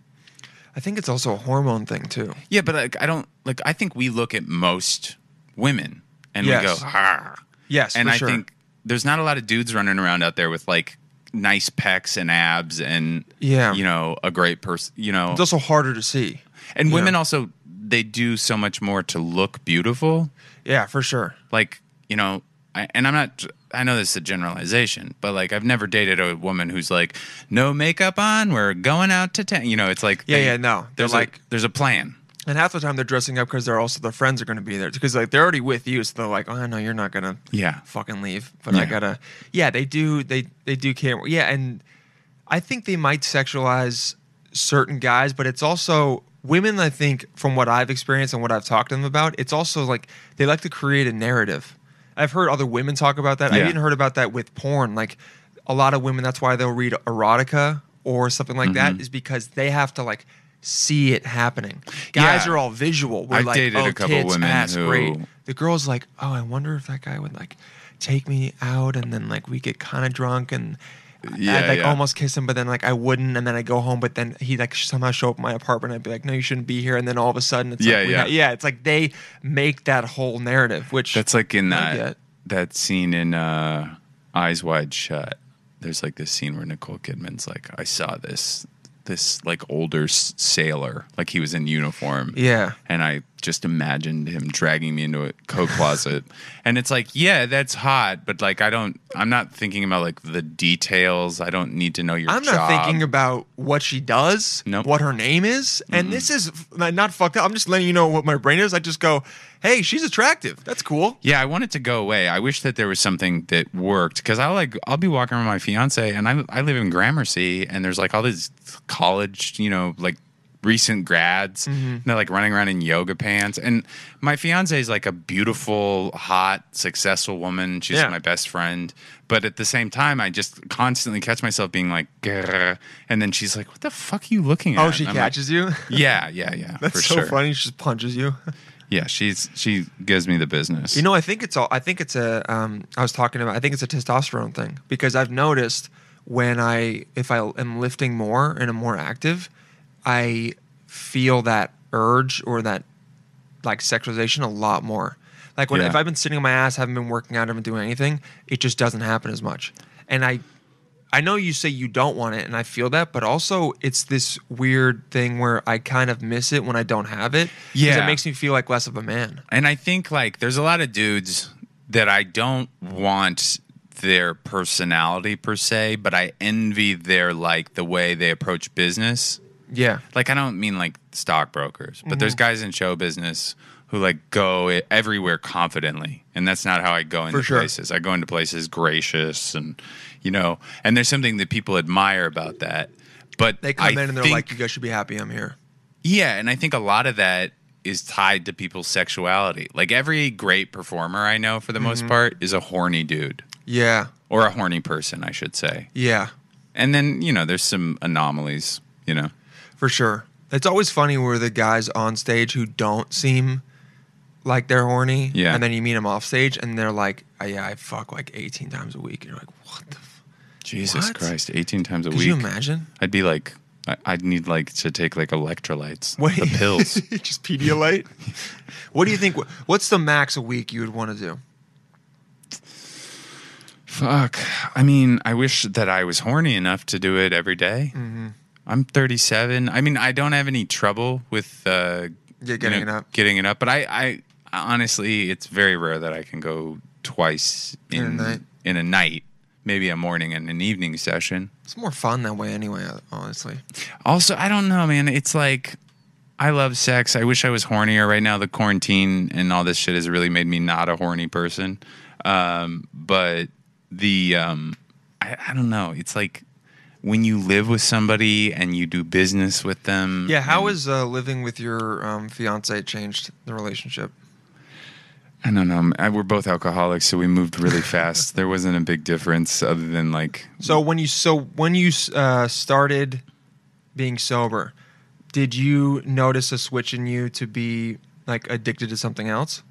A: I think it's also a hormone thing too.
D: Yeah, but like I don't like I think we look at most women and we go
A: Yes.
D: "Arr."
A: Yes,
D: and
A: for
D: I
A: sure.
D: think there's not a lot of dudes running around out there with like nice pecs and abs and
A: Yeah.
D: you know a great person you know
A: it's also harder to see.
D: and
A: yeah.
D: women also they do so much more to look beautiful
A: Yeah, for sure.
D: like you know I, and i'm not i know this is a generalization but like i've never dated a woman who's like no makeup on we're going out to town you know it's like
A: Yeah, yeah, no. They're
D: there's like
A: like-
D: there's a plan
A: And half the time they're dressing up because they're also their friends are going to be there because like they're already with you, so they're like, oh no, you're not gonna
D: Yeah.
A: fucking leave. But
D: Yeah.
A: I gotta, yeah, they do, they they do camera, yeah, and I think they might sexualize certain guys, but it's also women. I think from what I've experienced and what I've talked to them about, it's also like they like to create a narrative. I've heard other women talk about that.
D: Yeah.
A: I even heard about that with porn. Like a lot of women, that's why they'll read erotica or something like that,
D: Mm-hmm.
A: is because they have to like see it happening. Guys
D: Yeah.
A: are all visual. We're
D: I've
A: like,
D: dated
A: oh,
D: a couple
A: tits,
D: women
A: ass,
D: who-
A: great. The girl's like, oh, I wonder if that guy would like take me out and then like we get kind of drunk and
D: Yeah,
A: I'd like
D: yeah.
A: almost kiss him, but then like I wouldn't, and then I go home, but then he like somehow show up in my apartment. I'd be like, no, you shouldn't be here, and then all of a sudden, it's
D: Yeah,
A: like, we
D: yeah.
A: got- yeah. It's like they make that whole narrative, which
D: That's like in
A: I
D: that
A: get.
D: that scene in uh, Eyes Wide Shut. There's like this scene where Nicole Kidman's like, I saw this this like older s- sailor, like he was in uniform.
A: Yeah.
D: And I just imagined him dragging me into a coat closet. and it's like, yeah, that's hot, but like I don't I'm not thinking about like the details. I don't need to know your
A: I'm
D: job.
A: not thinking about what she does,
D: Nope.
A: what her name is, and this is f- not fucked up. I'm just letting you know what my brain is. I just go, hey, she's attractive. That's cool.
D: Yeah, I want it to go away. I wish that there was something that worked because I like I'll be walking around with my fiance and I I live in Gramercy and there's like all these college, you know, like recent grads
A: Mm-hmm.
D: and they're like running around in yoga pants and my fiance is like a beautiful, hot, successful woman. She's
A: Yeah.
D: my best friend, but at the same time I just constantly catch myself being like "Grr," and then she's like, "What the fuck are you looking at?"
A: Oh, she
D: And I'm like,
A: catches you.
D: yeah, yeah, yeah.
A: That's
D: for
A: so
D: sure.
A: funny. She just punches you.
D: Yeah, she's she gives me the business.
A: You know, I think it's all. I think it's a. Um, I was talking about. I think it's a testosterone thing because I've noticed when I, if I am lifting more and I'm more active, I feel that urge or that like sexualization a lot more. Like when
D: Yeah.
A: if I've been sitting on my ass, haven't been working out, haven't been doing anything, it just doesn't happen as much. And I I know you say you don't want it and I feel that, but also it's this weird thing where I kind of miss it when I don't have it. 'cause
D: Yeah.
A: It makes me feel like less of a man.
D: And I think like there's a lot of dudes that I don't want their personality per se, but I envy their like the way they approach business.
A: Yeah.
D: Like I don't mean like stockbrokers, but
A: Mm-hmm.
D: there's guys in show business who like go i- everywhere confidently, and that's not how I go into
A: sure.
D: places. I go into places gracious and you know, and there's something that people admire about that. But
A: They come
D: I
A: in and they're
D: think-
A: like, You guys should be happy I'm here.
D: yeah, and I think a lot of that is tied to people's sexuality. Like every great performer I know, for the most part, is a horny dude
A: Yeah.
D: or a horny person, I should say.
A: Yeah.
D: And then you know, there's some anomalies. You know,
A: For sure. It's always funny where the guys on stage who don't seem like they're horny,
D: Yeah.
A: and then you meet them off stage and they're like, oh, "Yeah, I fuck like 18 times a week." And you're like, "What the? F-?
D: Jesus
A: What?
D: Christ, 18 times a
A: Could
D: week.
A: you imagine?"
D: I'd be like, I- I'd need like to take like electrolytes,
A: What-
D: the pills.
A: just Pedialyte. what do you think? What's the max a week you would want to do?
D: Fuck. I mean, I wish that I was horny enough to do it every day. I'm 37. I mean, I don't have any trouble with uh,
A: Yeah, getting
D: you know,
A: it up.
D: Getting it up. But I, I honestly, it's very rare that I can go twice in,
A: In a night.
D: in a night, maybe a morning and an evening session.
A: It's more fun that way, anyway. Honestly,
D: Also, I don't know, man. It's like I love sex. I wish I was hornier right now. The quarantine and all this shit has really made me not a horny person. Um, but the um, I, I don't know. It's like when you live with somebody and you do business with them.
A: yeah. How
D: and-
A: has uh, living with your um, fiance changed the relationship?
D: I don't know. I, we're both alcoholics, so we moved really fast. there wasn't a big difference other than like
A: So when you so when you uh, started being sober, did you notice a switch in you to be like addicted to something else?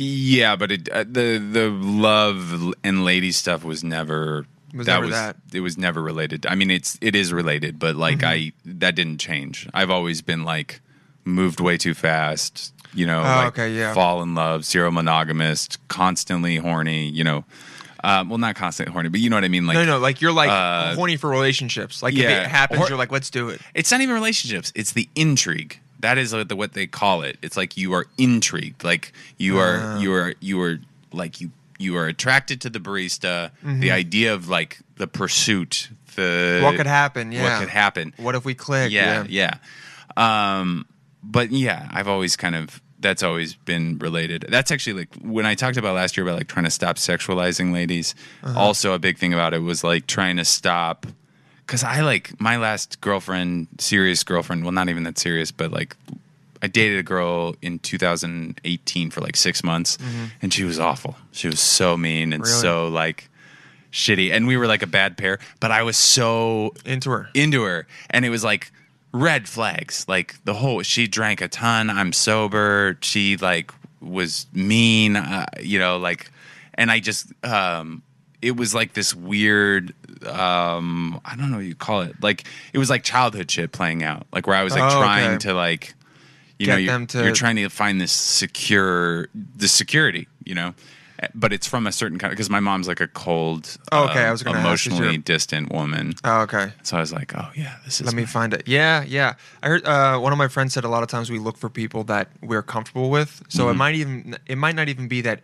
D: Yeah, but it, uh, the the love and lady stuff was never
A: Was never that.
D: it was never related. I mean, it's it is related, but like I
A: Mm-hmm.
D: that didn't change. I've always been like moved way too fast. You know, like,
A: Oh, okay, yeah.
D: fall in love, zero monogamist, constantly horny. You know, uh, well, not constantly horny, but you know what I mean. Like,
A: No, no, like you're like
D: Uh,
A: horny for relationships. Like if
D: yeah.
A: it happens,
D: Or-
A: you're like, let's do it.
D: it's not even relationships. It's the intrigue. That is what the- what they call it. It's like you are intrigued. Like you are
A: Ah.
D: you are you are like you you are attracted to the barista. The idea of like the pursuit. The
A: Mm-hmm. What could happen? Yeah.
D: uh, What could happen?
A: What if we click?
D: Yeah, yeah. Um, but yeah, I've always kind of that's always been related. That's actually like when I talked about last year about like trying to stop sexualizing ladies. Also, a big thing about it was like trying to stop because I like my last girlfriend, serious girlfriend. Well, not even that serious, but like I dated a girl in 2018 for like six months, and she was awful. She was so mean and
A: Really?
D: so like shitty, and we were like a bad pair. But I was so
A: Into her.
D: into her and it was like red flags like the whole she drank a ton i'm sober she like was mean uh, you know like and i just um it was like this weird um i don't know what you call it like it was like childhood shit playing out like where i was like
A: Oh,
D: trying
A: okay.
D: to like you
A: Get
D: know you're,
A: them to-
D: you're trying to find this secure the security you know but it's from a certain kind because my mom's like a cold
A: Oh, okay,
D: um,
A: I was gonna ask, is your-
D: emotionally distant woman
A: Oh, okay.
D: so I was like, oh yeah, this is.
A: Let me
D: my-
A: find it. Yeah, yeah. I heard uh, one of my friends said a lot of times we look for people that we're comfortable with. So
D: Mm-hmm.
A: it might even it might not even be that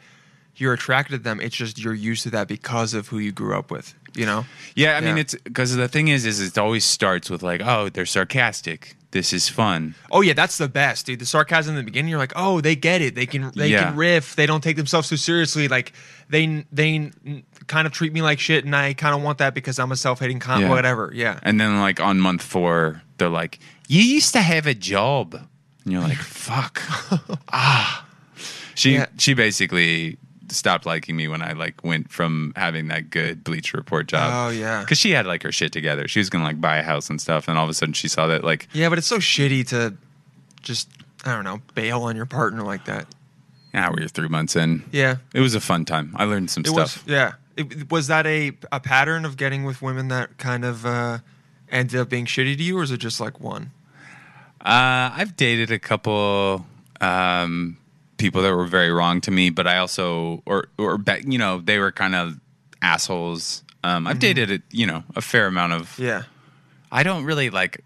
A: you're attracted to them. It's just you're used to that because of who you grew up with. You know?
D: yeah, I mean,
A: Yeah.
D: it's because the thing is, is it always starts with like, oh, they're sarcastic. This is fun.
A: Oh yeah, that's the best, dude. The sarcasm in the beginning, you're like, oh, they get it. They can they
D: Yeah.
A: can riff. They don't take themselves too seriously. Like they they n- kind of treat me like shit, and I kind of want that because I'm a self hating con.
D: Yeah.
A: Whatever. Yeah.
D: And then like on month four, they're like, you used to have a job, and you're like, fuck. ah, she
A: Yeah.
D: she basically stopped liking me when I like went from having that good Bleacher Report job.
A: Oh, yeah.
D: because she had like her shit together. She was gonna like buy a house and stuff, and all of a sudden she saw that like
A: Yeah, but it's so shitty to just I don't know bail on your partner like that.
D: ah, we were three months in.
A: Yeah.
D: It was a fun time. I learned some
A: It was
D: stuff.
A: yeah. It, was that a a pattern of getting with women that kind of uh, ended up being shitty to you, or is it just like one?
D: Uh, I've dated a couple um, people that were very wrong to me, but I also or or ba- you know they were kind of assholes. Um, I've dated a, you know a fair amount of.
A: Yeah.
D: I don't really like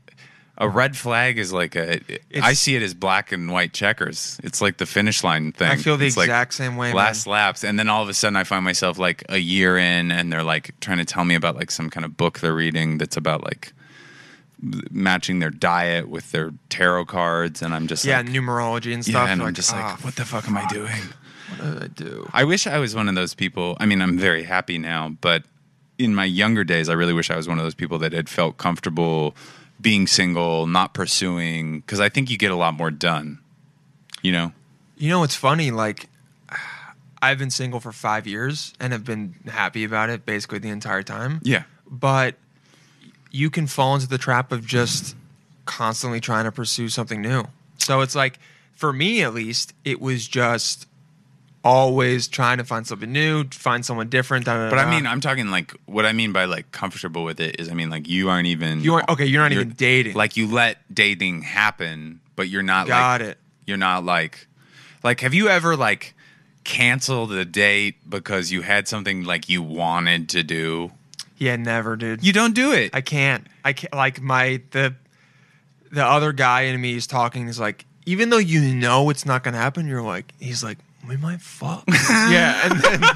D: a red flag is like a. I see it as black and white checkers. It's like the finish line thing.
A: I feel the
D: It's like
A: exact same way. man.
D: Last laps, and then all of a sudden, I find myself like a year in, and they're like trying to tell me about like some kind of book they're reading that's about like matching their diet with their tarot cards, and I'm just
A: yeah,
D: like,
A: numerology and
D: yeah,
A: stuff.
D: and
A: You're
D: I'm just
A: "Ah,
D: like, what the fuck am I doing?
A: what did I do?
D: I wish I was one of those people. I mean, I'm very happy now, but in my younger days, I really wish I was one of those people that had felt comfortable being single, not pursuing, because I think you get a lot more done. You know?
A: You know, it's funny. Like, I've been single for five years and have been happy about it basically the entire time.
D: Yeah.
A: But you can fall into the trap of just constantly trying to pursue something new. So it's like, for me at least, it was just always trying to find something new, find someone different. da, da,
D: But
A: da,
D: I
A: da.
D: mean, I'm talking like what I mean by like comfortable with it is I mean like you aren't even
A: You aren't- okay, you're not even dating.
D: Like you let dating happen, but you're not
A: Got
D: like,
A: it.
D: You're not like like have you ever like canceled a date because you had something like you wanted to do?
A: yeah, never, dude.
D: You don't do it.
A: I can't. I can't. Like my the the other guy in me is talking. He's like, even though you know it's not gonna happen, you're like, he's like, we might fuck. yeah, and then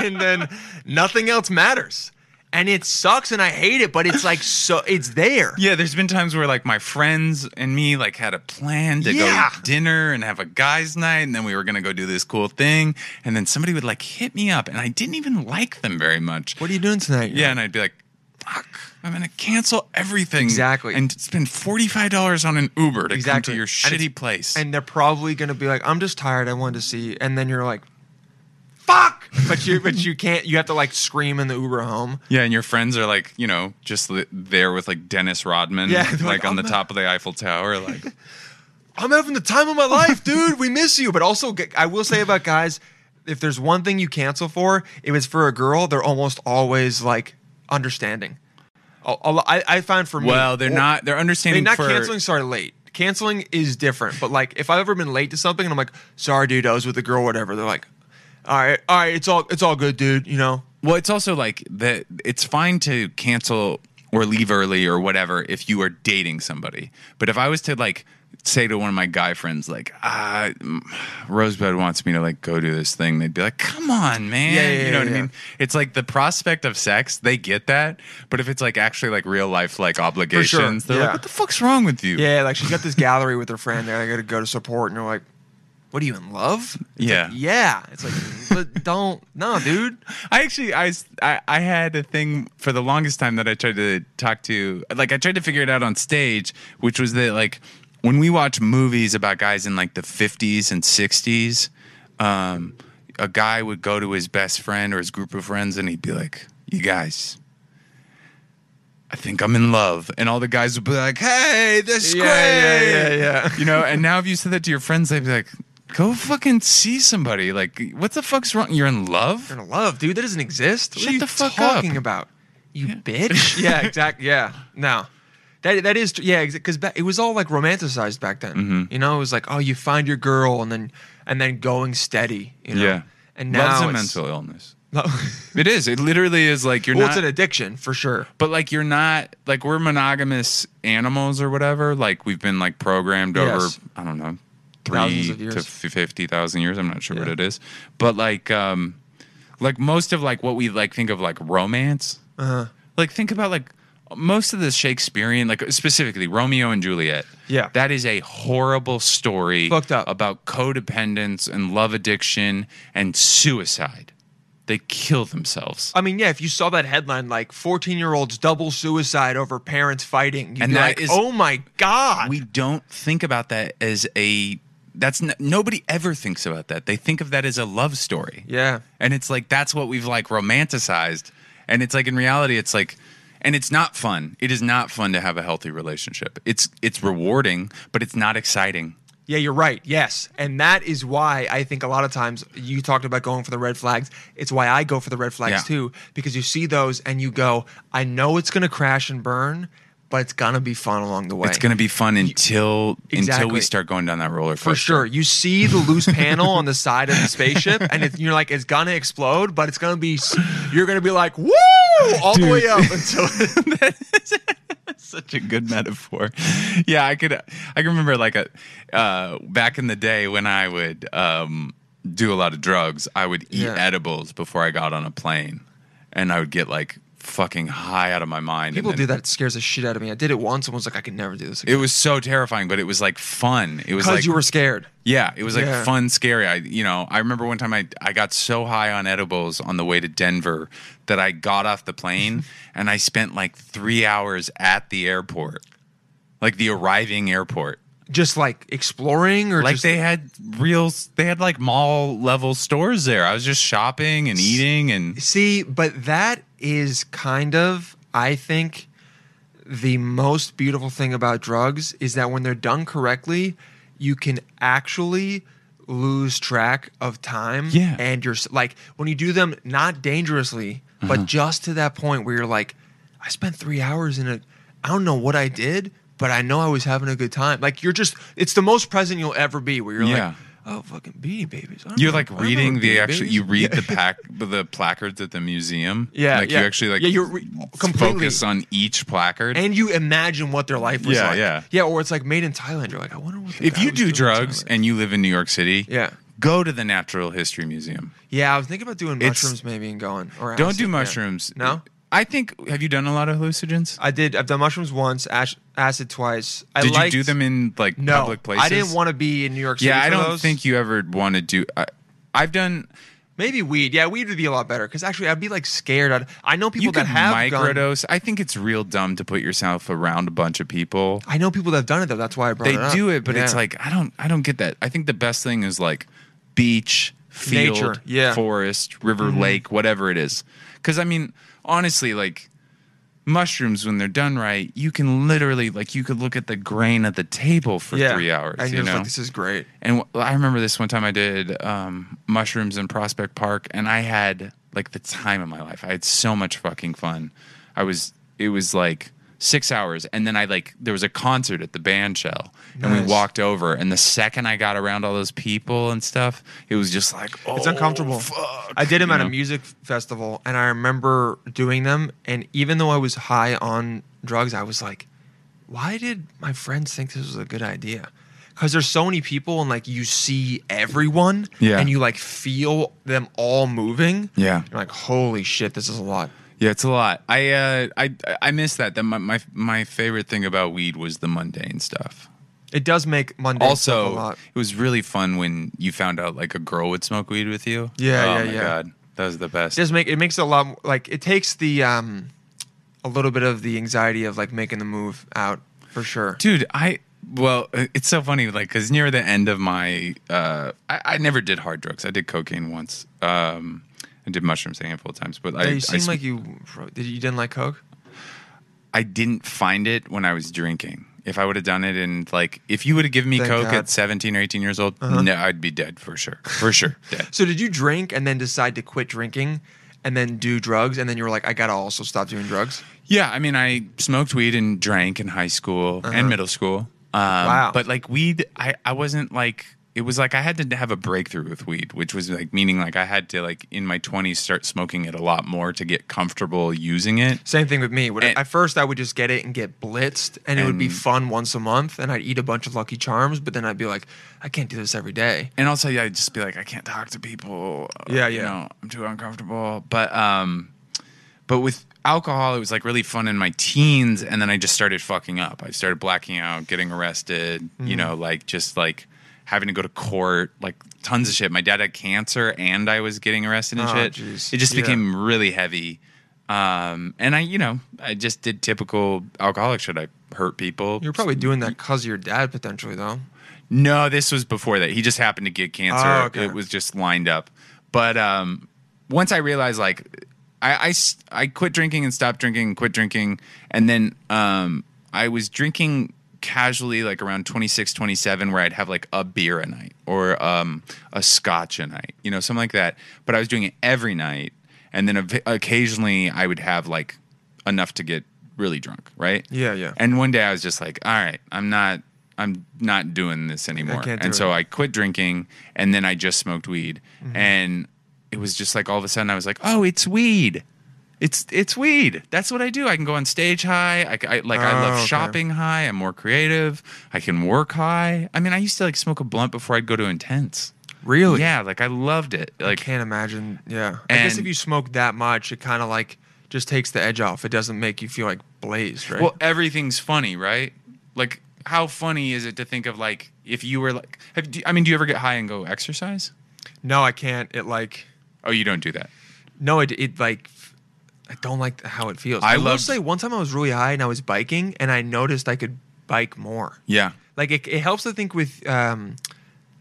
A: and then nothing else matters, and it sucks, and I hate it, but it's like so it's there.
D: Yeah, there's been times where like my friends and me like had a plan to
A: Yeah.
D: go to dinner and have a guys' night, and then we were gonna go do this cool thing, and then somebody would like hit me up, and I didn't even like them very much.
A: What are you doing tonight?
D: Yeah, and I'd be like, "Fuck, I'm gonna cancel everything
A: Exactly.
D: and spend forty five dollars on an Uber to
A: Exactly.
D: come to your
A: And it's-
D: shitty place."
A: and they're probably gonna be like, I'm just tired. I wanted to see, and then you're like. Fuck! But you, but you can't. You have to like scream in the Uber home.
D: yeah, and your friends are like, you know, just li- there with like Dennis Rodman,
A: Yeah,
D: like,
A: they're like,
D: on
A: "I'm
D: the
A: not-
D: top of the Eiffel Tower, like.
A: I'm having the time of my life, dude. We miss you. But also, g- I will say about guys, if there's one thing you cancel for, if it's for a girl, they're almost always like understanding. A- a lo- I, I find for me,
D: well, they're
A: or-
D: not. They're
A: They're
D: understanding.
A: not
D: for-
A: canceling. Sorry, late. Canceling is different. But like, if I've ever been late to something and I'm like, sorry, dude, I was with a girl, whatever. They're like, all right, all right, it's all it's all good, dude. You know,
D: Well, it's also like that. It's fine to cancel or leave early or whatever if you are dating somebody. But if I was to like say to one of my guy friends, like, ah, mm, Rosebud wants me to like go do this thing, they'd be like, come on, man.
A: Yeah, yeah,
D: you know
A: yeah,
D: what
A: yeah.
D: I mean? It's like the prospect of sex, they get that. But if it's like actually like real life like obligations, they're
A: yeah.
D: like, what the fuck's wrong with you?
A: yeah, like she's got this gallery with her friend. There, I got to go to support, and you're like, what are you in love? It's
D: Yeah.
A: like, yeah. It's like, but don't, no, dude.
D: I actually, I, s- I- I had a thing for the longest time that I tried to talk to, like I tried to figure it out on stage, which was that like when we watch movies about guys in like the 50s and 60s, um, a guy would go to his best friend or his group of friends and he'd be like, you guys. I think I'm in love, and all the guys would be like, "Hey, this is
A: Yeah,
D: great!"
A: yeah, yeah, yeah.
D: You know, and now if you said that to your friends, they'd be like, "Go fucking see somebody! Like, what the fuck's wrong? You're in love?
A: You're in love, dude. That doesn't exist. what
D: Shut
A: are you
D: the fuck up.
A: talking about? You bitch. yeah, exactly. Yeah. No. That that is tr- yeah, because it was all like romanticized back then.
D: Mm-hmm.
A: You know, it was like, oh, you find your girl and then and then going steady. You know?
D: Yeah.
A: And now
D: love's a
A: it's,
D: mental illness.
A: No,
D: It is. It literally is like you're
A: well,
D: not.
A: it's an addiction for sure.
D: but like you're not like we're monogamous animals or whatever. Like we've been like programmed
A: Yes.
D: over I don't know
A: Thousands
D: three
A: of years.
D: to fifty thousand years. I'm not sure what
A: Yeah.
D: it is. But like um, like most of like what we like think of like romance.
A: Uh-huh.
D: Like think about like most of the Shakespearean, like specifically Romeo and Juliet.
A: Yeah.
D: that is a horrible story.
A: Fucked up.
D: about codependence and love addiction and suicide. They kill themselves.
A: I mean, yeah, if you saw that headline, like 14 year olds double suicide over parents fighting, you'd
D: And
A: be
D: that
A: like,
D: is-
A: oh my God.
D: we don't think about that as a that's n- nobody ever thinks about that. They think of that as a love story.
A: yeah.
D: And it's like that's what we've like romanticized. And it's like in reality it's like and it's not fun. It is not fun to have a healthy relationship. It's it's rewarding, but it's not exciting.
A: Yeah, you're right. Yes. And that is why I think a lot of times you talked about going for the red flags. It's why I go for the red flags
D: Yeah.
A: too, because you see those and you go, I know it's going to crash and burn, but it's gonna be fun along the way.
D: It's gonna be fun until until
A: Exactly.
D: we start going down that roller coaster.
A: for sure. You see the loose panel on the side of the spaceship, and it, you're like, it's gonna explode, but it's gonna be, s- you're gonna be like, woo, all the way up until.
D: Such a good metaphor. Yeah, I could. I can remember like a uh, back in the day when I would um, do a lot of drugs. I would eat
A: Yeah.
D: edibles before I got on a plane, and I would get like fucking high out of my mind.
A: People
D: and
A: do
D: then-
A: that it scares the shit out of me. I did it once, and was like, I could never do this
D: It
A: again.
D: was so terrifying, but it was like fun. It was
A: Because
D: like
A: you were scared.
D: Yeah, it was like
A: Yeah.
D: fun, scary. I, you know, I remember one time I, I got so high on edibles on the way to Denver that I got off the plane and I spent like three hours at the airport, like the arriving airport.
A: Just like exploring, or
D: Like
A: just,
D: they had real, they had like mall level stores there. I was just shopping and eating and
A: See, but that is kind of, I think, the most beautiful thing about drugs is that when they're done correctly, you can actually lose track of time.
D: Yeah.
A: And you're s- like, when you do them not dangerously,
D: Mm-hmm.
A: but just to that point where you're like, I spent three hours in it. I don't know what I did, but I know I was having a good time. Like, you're just, it's the most present you'll ever be where you're
D: Yeah.
A: like, oh, fucking beanie babies. I don't
D: you're
A: know-
D: like
A: I remember
D: reading the
A: Beanie
D: actual,
A: Babies."
D: you read the pack, the placards at the museum.
A: Yeah,
D: Like
A: yeah.
D: you actually like
A: Yeah, you're re- completely-
D: focus on each placard.
A: and you imagine what their life was
D: Yeah,
A: like.
D: yeah.
A: yeah. Or it's like made in Thailand. You're like, I wonder what. The
D: if
A: guy
D: you
A: was
D: do
A: doing in
D: drugs
A: Thailand.
D: and you live in New York City,
A: Yeah.
D: go to the Natural History Museum.
A: yeah, I was thinking about doing
D: It's-
A: mushrooms maybe and going. Or
D: Don't
A: acid,
D: do
A: yeah.
D: mushrooms.
A: No?
D: I think. Have you done a lot of hallucinogens?
A: I did. I've done mushrooms once, ash, acid twice. I
D: Did
A: liked-
D: you do them in like
A: No,
D: public places?
A: I didn't want to be in New York City.
D: Yeah, I
A: for
D: don't
A: those.
D: think you ever want to do. I, I've done.
A: Maybe weed. Yeah, weed would be a lot better because actually I'd be like scared. I'd, I know people
D: you
A: that
D: can
A: have Done,
D: microdose. I think it's real dumb to put yourself around a bunch of people.
A: I know people that have done it though. That's why I brought
D: They
A: it up.
D: do it, but it's
A: Yeah.
D: like I don't. I don't get that. I think the best thing is like beach, field,
A: Nature, yeah. Mm-hmm.
D: forest, river, lake, whatever it is. Because I mean, honestly, like mushrooms when they're done right, you can literally like you could look at the grain of the table for
A: yeah.
D: three hours.
A: And
D: you
A: you're just
D: know?
A: like, this is great.
D: And wh- I remember this one time I did um, mushrooms in Prospect Park, and I had like the time of my life. I had so much fucking fun. I was, it was like six hours, and then I like there was a concert at the band shell, and
A: Nice.
D: we walked over, and the second I got around all those people and stuff, it was just like, oh,
A: It's uncomfortable.
D: fuck,
A: I did them
D: you
A: at a
D: know?
A: music festival, and I remember doing them. And even though I was high on drugs, I was like, "Why did my friends think this was a good idea?" Because there's so many people, and like you see everyone,
D: Yeah.
A: and you like feel them all moving.
D: Yeah.
A: you're like, "Holy shit, this is a lot."
D: Yeah, it's a lot. I uh, I I miss that. That my, my my favorite thing about weed was the mundane stuff.
A: It does make Monday a
D: also
A: lot.
D: it was really fun when you found out like a girl would smoke weed with you
A: Yeah,
D: oh
A: yeah,
D: my
A: yeah.
D: god that was the best
A: It does make it makes it a lot more, like it takes the um a little bit of the anxiety of like making the move out for sure.
D: dude i well uh, it's so funny like because near the end of my uh I, I never did hard drugs i did cocaine once um i did mushrooms a handful of times but I,
A: yeah, you
D: I,
A: seem
D: sm-
A: like you did you didn't like coke.
D: I didn't find it when i was drinking if i would have done it and like if you would have given me
A: Thank
D: coke
A: God. Uh-huh.
D: at 17 or 18 years old no i'd be dead for sure for sure dead
A: So did you drink and then decide to quit drinking and then do drugs and then you were like, I gotta also stop doing drugs?
D: Yeah, I mean, I smoked weed and drank in high school and middle school. Um,
A: Wow.
D: But like weed, I, I wasn't like it was like I had to have a breakthrough with weed, which was like meaning like I had to like in my twenties start smoking it a lot more to get comfortable using it.
A: Same thing with me. When-
D: And-
A: at first, I would just get it and get blitzed, and, it would be
D: And-
A: fun once a month, and I'd eat a bunch of Lucky Charms, but then I'd be like, I can't do this every day.
D: And also, yeah, I'd just be like, I can't talk to people. Uh,
A: Yeah,
D: You
A: yeah.
D: know, I'm too uncomfortable. But um, but with alcohol, it was like really fun in my teens, and then I just started fucking up. I started blacking out, getting arrested.
A: Mm.
D: You know, like just like having to go to court, like tons of shit. My dad had cancer, and I was getting arrested and
A: Oh,
D: shit.
A: jeez.
D: It just
A: Yeah.
D: became really heavy. Um, and I, you know, I just did typical alcoholic shit. I hurt people.
A: You're probably doing that because of your dad, potentially, though.
D: No, this was before that. He just happened to get cancer.
A: Oh, okay.
D: It was just lined up. But um, once I realized, like, I, I s- I quit drinking and stopped drinking and quit drinking. And then um, I was drinking casually, like around 26, 27, where I'd have like a beer a night or um, a scotch a night, you know, something like that. But I was doing it every night. And then ev- occasionally I would have like enough to get really drunk, right?
A: Yeah, yeah.
D: And one day I was just like, all right, I'm not I'm not doing this anymore.
A: can't do
D: and so
A: it. Mm-hmm.
D: I quit drinking and then I just smoked weed. And it was just like all of a sudden I was like, "Oh, it's weed." It's it's weed. That's what I do. I can go on stage high. I, c- I- like I
A: Oh,
D: love
A: okay.
D: shopping high. I'm more creative. I can work high. I mean, I used to like smoke a blunt before I'd go to intense.
A: Really?
D: Yeah, like I loved it. Like
A: Can't imagine. Yeah. I guess if
D: And-
A: you smoke that much, it kind of like just takes the edge off. It doesn't make you feel like blazed, right?
D: Well, everything's funny, right? Like, how funny is it to think of like if you were like, have, do, I mean, do you ever get high and go exercise?
A: no, I can't. It like
D: Oh, you don't do that.
A: no, it it like I don't like how it feels.
D: I
A: will
D: loved-
A: say one time I was really high and I was biking and I noticed I could bike more.
D: Yeah.
A: Like it, it helps I think with um,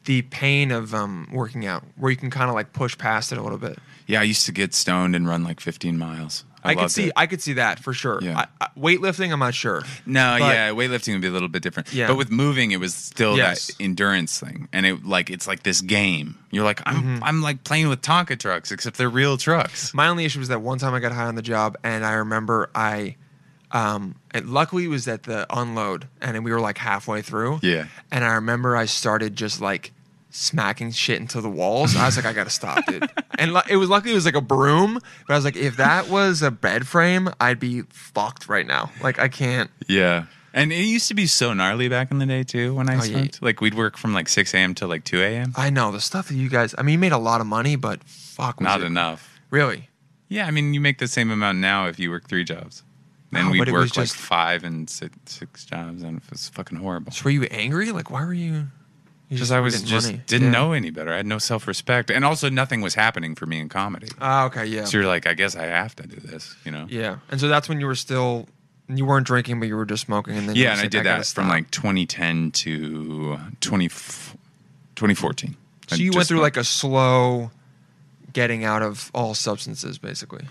A: the pain of um, working out, where you can kind of like push past it a little bit.
D: Yeah, I used to get stoned and run like 15 miles. I,
A: I, could
D: loved
A: see,
D: it.
A: I could see that for sure.
D: Yeah.
A: I, I, weightlifting, I'm not sure.
D: no,
A: but-
D: yeah, weightlifting would be a little bit different.
A: Yeah.
D: But with moving, it was still
A: Yes.
D: that endurance thing, and it like it's like this game. You're like, I'm
A: Mm-hmm.
D: I'm like playing with Tonka trucks, except they're real trucks.
A: My only issue was that one time I got high on the job, and I remember I, um, it luckily was at the unload, and we were like halfway through.
D: Yeah.
A: And I remember I started just like smacking shit into the walls. I was like, I gotta stop, dude. And lu- it was luckily it was like a broom, but I was like, if that was a bed frame, I'd be fucked right now. Like I can't.
D: Yeah. And it used to be so gnarly back in the day too when I
A: Oh, yeah.
D: smoked. Like we'd work from like 6 a.m. to like 2 a.m.
A: I know the stuff that you guys. I mean, you made a lot of money, but fuck, was
D: Not
A: it-
D: enough.
A: Really.
D: Yeah, I mean, you make the same amount now if you work three jobs. Then
A: No,
D: we'd
A: Oh, but it
D: work
A: was just-
D: like five and six, six jobs, and it was fucking horrible.
A: So were you angry? Like, why were you? you
D: Because I
A: were
D: was
A: getting
D: just
A: money.
D: didn't
A: Yeah.
D: know any better. I had no self respect, and also nothing was happening for me in comedy.
A: Ah, okay, yeah.
D: So you're like, I guess I have to do this, you know?
A: Yeah, and so that's when you were still, you weren't drinking, but you were just smoking, and then you
D: Yeah, and I
A: said,
D: did
A: gotta
D: that from
A: stop."
D: like 2010 to 20, 2014.
A: So you went through like a slow getting out of all substances, basically.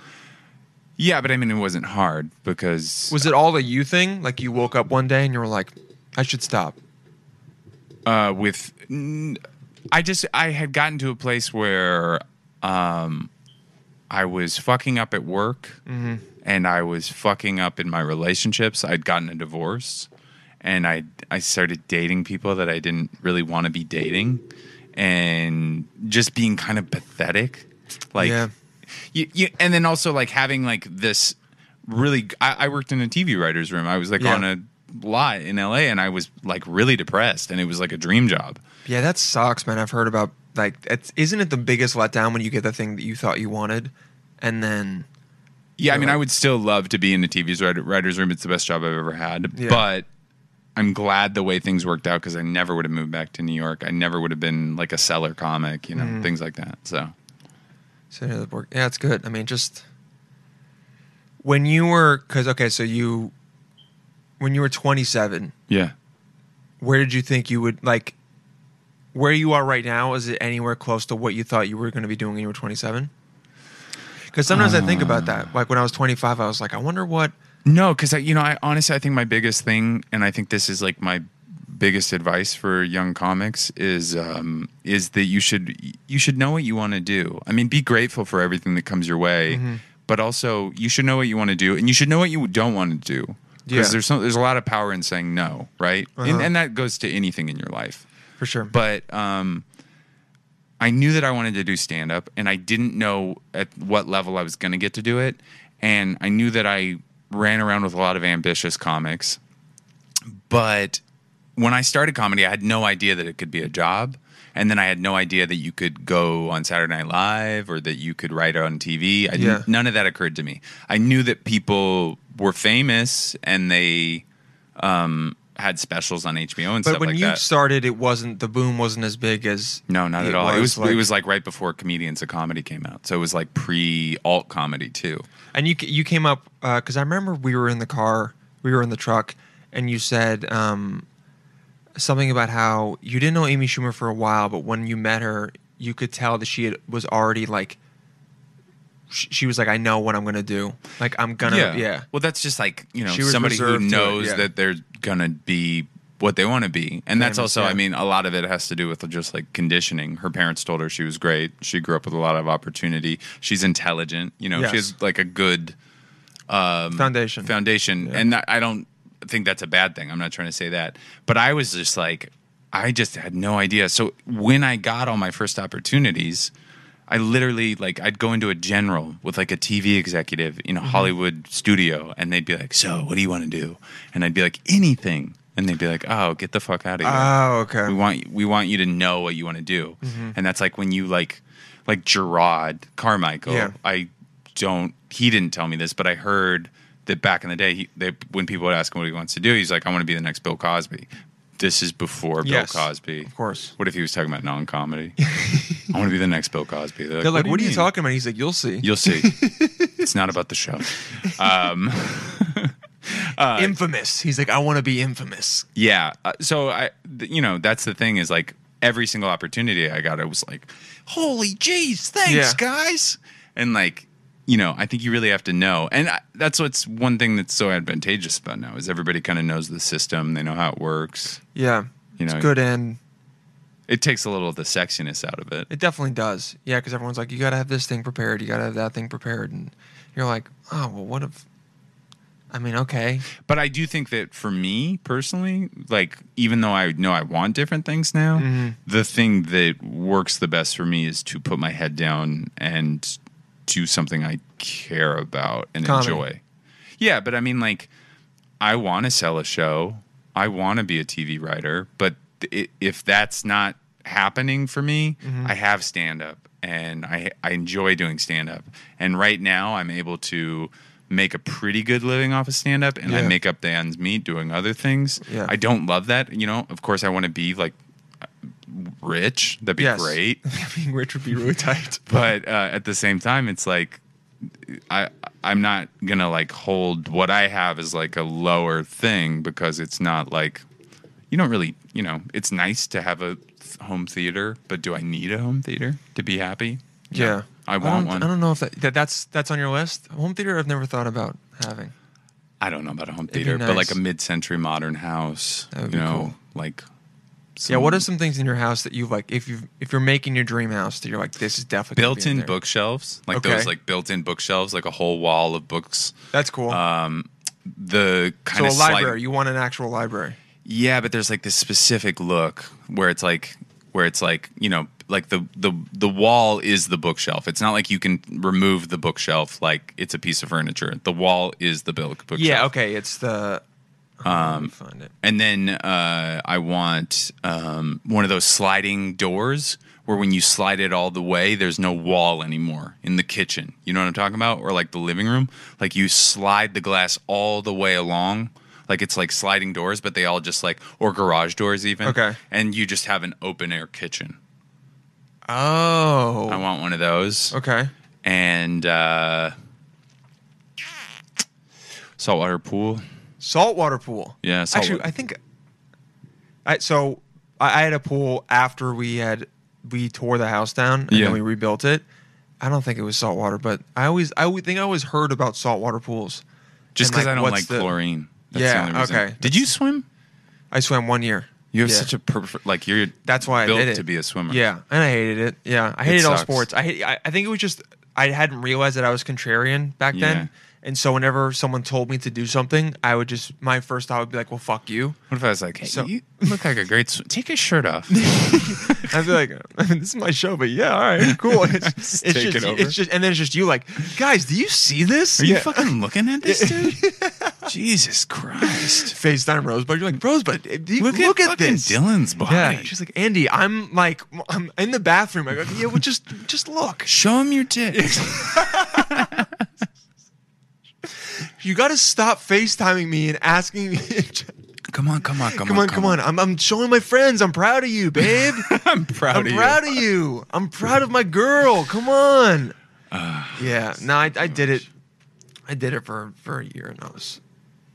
D: yeah, but I mean, it wasn't hard because
A: Was it all a you thing? Like you woke up one day and you were like, I should stop.
D: uh, with n- I just I had gotten to a place where um, I was fucking up at work and I was fucking up in my relationships. I'd gotten a divorce and I I started dating people that I didn't really want to be dating and just being kind of pathetic. Like
A: Yeah.
D: you, you, and then also like having like this really I, I worked in a TV writer's room. I was like
A: Yeah.
D: on a lot in LA and I was like really depressed and it was like a dream job.
A: Yeah, that sucks, man. I've heard about like, it's, isn't it the biggest letdown when you get the thing that you thought you wanted, and then
D: Yeah, I mean,
A: Really?
D: I would still love to be in the TV's writer- writer's room. It's the best job I've ever had.
A: Yeah.
D: But I'm glad the way things worked out because I never would have moved back to New York. I never would have been like a seller comic, you know,
A: Mm.
D: things like that. So
A: So yeah, that work. Yeah, it's good. I mean, just when you were, because okay, so you when you were 27,
D: yeah,
A: where did you think you would like? Where you are right now is it anywhere close to what you thought you were going to be doing when you were 27? Because sometimes I think about that. Like when I was 25, I was like, I wonder what.
D: no, because I, you know, I honestly, I think my biggest thing, and I think this is like my biggest advice for young comics is um is that you should you should know what you want to do. I mean, be grateful for everything that comes your way,
A: Mm-hmm.
D: but also you should know what you want to do, and you should know what you don't want to do.
A: Yeah.
D: Because there's some, there's a lot of power in saying no, right?
A: Uh-huh.
D: And, and that goes to anything in your life.
A: For sure.
D: But um, I knew that I wanted to do stand up, and I didn't know at what level I was going to get to do it. And I knew that I ran around with a lot of ambitious comics. But when I started comedy, I had no idea that it could be a job. And then I had no idea that you could go on Saturday Night Live or that you could write on TV.
A: Yeah.
D: I didn't none of that occurred to me. I knew that people were famous and they um, had specials on HBO and
A: but
D: stuff
A: when
D: like
A: you
D: that.
A: started, it wasn't the boom wasn't as big as
D: No, not at all. it was it was like right before Comedians of Comedy came out, so it was like pre alt comedy too.
A: And you you came up because I remember we were in the car, we were in the truck, and you said um, something about how you didn't know Amy Schumer for a while, but when you met her, you could tell that she had, was already like. sh- She was like, "I know what I'm gonna do. Like I'm gonna, yeah."
D: Well, that's just like you know
A: She was
D: somebody who
A: reserved to it,
D: knows
A: yeah.
D: that they're gonna be what they want to be, and that's
A: Famous,
D: also
A: yeah.
D: I mean a lot of it has to do with just like conditioning. Her parents told her she was great. She grew up with a lot of opportunity. She's intelligent. You know,
A: Yes.
D: she has like a good um,
A: Foundation.
D: foundation and I- i don't think that's a bad thing i'm not trying to say that but i was just like i just had no idea so when i got all my first opportunities i literally like i'd go into a general with like a tv executive in a hollywood studio and they'd be like so what do you want to do and i'd be like anything and they'd be like oh get the fuck out of here
A: Oh, okay.
D: we want we want you to know what you want to do,
A: Mm-hmm.
D: and that's like when you like like Gerard Carmichael.
A: Yeah.
D: I don't. He didn't tell me this, but I heard that back in the day, he, they, when people would ask him what he wants to do, he's like, "I want to be the next Bill Cosby." This is before
A: Yes,
D: Bill Cosby,
A: of course.
D: What if he was talking about non-comedy? I want to be the next Bill Cosby. They're
A: They're like, what, are you
D: mean?"
A: talking about? He's like, you'll see.
D: You'll see. it's not about the show.
A: infamous. He's like, I want to be infamous.
D: Yeah. Uh, so I, th- you know, that's the thing is like every single opportunity I got, I was like, holy jeez, thanks
A: Yeah.
D: guys. And like, you know, I think you really have to know. And I, that's what's one thing that's so advantageous about now is everybody kind of knows the system. They know how it works.
A: Yeah.
D: You know,
A: it's good and
D: It takes a little of the sexiness out of it.
A: it definitely does. Yeah, because everyone's like, you got to have this thing prepared. You got to have that thing prepared. And you're like, oh, well, what if. I mean, okay.
D: But I do think that for me personally, like, even though I know I want different things now, the thing that works the best for me is to put my head down and do something I care about and
A: Comedy.
D: enjoy. Yeah, but I mean, like, I want to sell a show, I want to be a TV writer, but i if that's not happening for me,
A: Mm-hmm.
D: I have stand up and I, I enjoy doing stand up. And right now, I'm able to make a pretty good living off of stand up and I
A: Yeah.
D: make up the ends meet doing other things.
A: Yeah.
D: I don't love that. You know, of course, I want to be like rich. That'd be
A: Yes.
D: great.
A: Being rich would be really tight.
D: But uh, at the same time, it's like, I I'm not gonna like hold what I have as like a lower thing because it's not like you don't really you know it's nice to have a th- home theater, but do I need a home theater to be happy? No.
A: Yeah.
D: I want
A: don't,
D: one.
A: I don't know if that, that that's that's on your list. Home theater, I've never thought about having.
D: I don't know about a home
A: be
D: theater, but like
A: nice.
D: a mid-century modern house,
A: That would
D: you
A: be
D: know,
A: cool.
D: like
A: yeah. What
D: some-
A: are some things in your house that you like? If you if you're making your dream house, that you're like, this is definitely gonna be
D: built-in
A: there.
D: bookshelves, like
A: Okay.
D: those like built-in bookshelves, like a whole wall of books.
A: That's cool.
D: uh, The
A: so
D: kind
A: a
D: of
A: library. you want an actual library.
D: yeah, but there's like this specific look where it's like where it's like you know like the the the wall is the bookshelf. It's not like you can remove the bookshelf like it's a piece of furniture. The wall is the book bookshelf.
A: Yeah. Okay. It's the. Um. Find it.
D: And then uh, I want um, one of those sliding doors where when you slide it all the way, there's no wall anymore in the kitchen. You know what I'm talking about? Or like the living room. Like you slide the glass all the way along. Like it's like sliding doors, but they all just like, or garage doors even.
A: Okay.
D: And you just have an open air kitchen.
A: Oh.
D: I want one of those.
A: okay.
D: And uh, saltwater pool.
A: Saltwater pool.
D: Yeah,
A: Actually,
D: saltwater.
A: I think. I so I, I had a pool after we had we tore the house down and
D: Yeah.
A: then we rebuilt it. I don't think it was saltwater, but I always I always think I always heard about saltwater pools.
D: Just
A: And,
D: because
A: like,
D: I don't
A: what's
D: like
A: the-
D: chlorine.
A: Yeah, okay.
D: Did you swim?
A: I swam one year.
D: You have
A: Yeah.
D: such a perfect like you're
A: That's why
D: built
A: I did it
D: to be a swimmer.
A: Yeah, and I hated it. Yeah, I hated all
D: sucks.
A: sports. I, hate, I I think it was just I hadn't realized that I was contrarian back
D: Yeah.
A: then, and so whenever someone told me to do something, I would just my first thought would be like, "Well, fuck you."
D: What if I was like, hey,
A: So-
D: you look like a great sw- take your shirt off.
A: I'd be like, I mean, "This is my show, but yeah, all right, cool." It's, it's
D: take
A: just,
D: it over.
A: it's just, and then it's just you, like, guys, do you see this?
D: Are you fucking looking at this dude? Jesus Christ!
A: FaceTime Rosebud. You're like, Rosebud, eh, do you-
D: Look,
A: look,
D: at,
A: at,
D: fucking
A: this.
D: Dylan's body.
A: Yeah, she's like, Andy, I'm like, I'm in the bathroom. I go, yeah, well, just, just look.
D: Show him your tits.
A: You got to stop FaceTiming me and asking me.
D: come on, come on, come,
A: come on, come on. I'm, I'm showing my friends. I'm proud of you, babe.
D: I'm proud
A: I'm
D: of
A: proud of you. I'm proud of my girl. Come on.
D: Ah.
A: yeah. No, I, I did it. I did it for, for a year, and I was,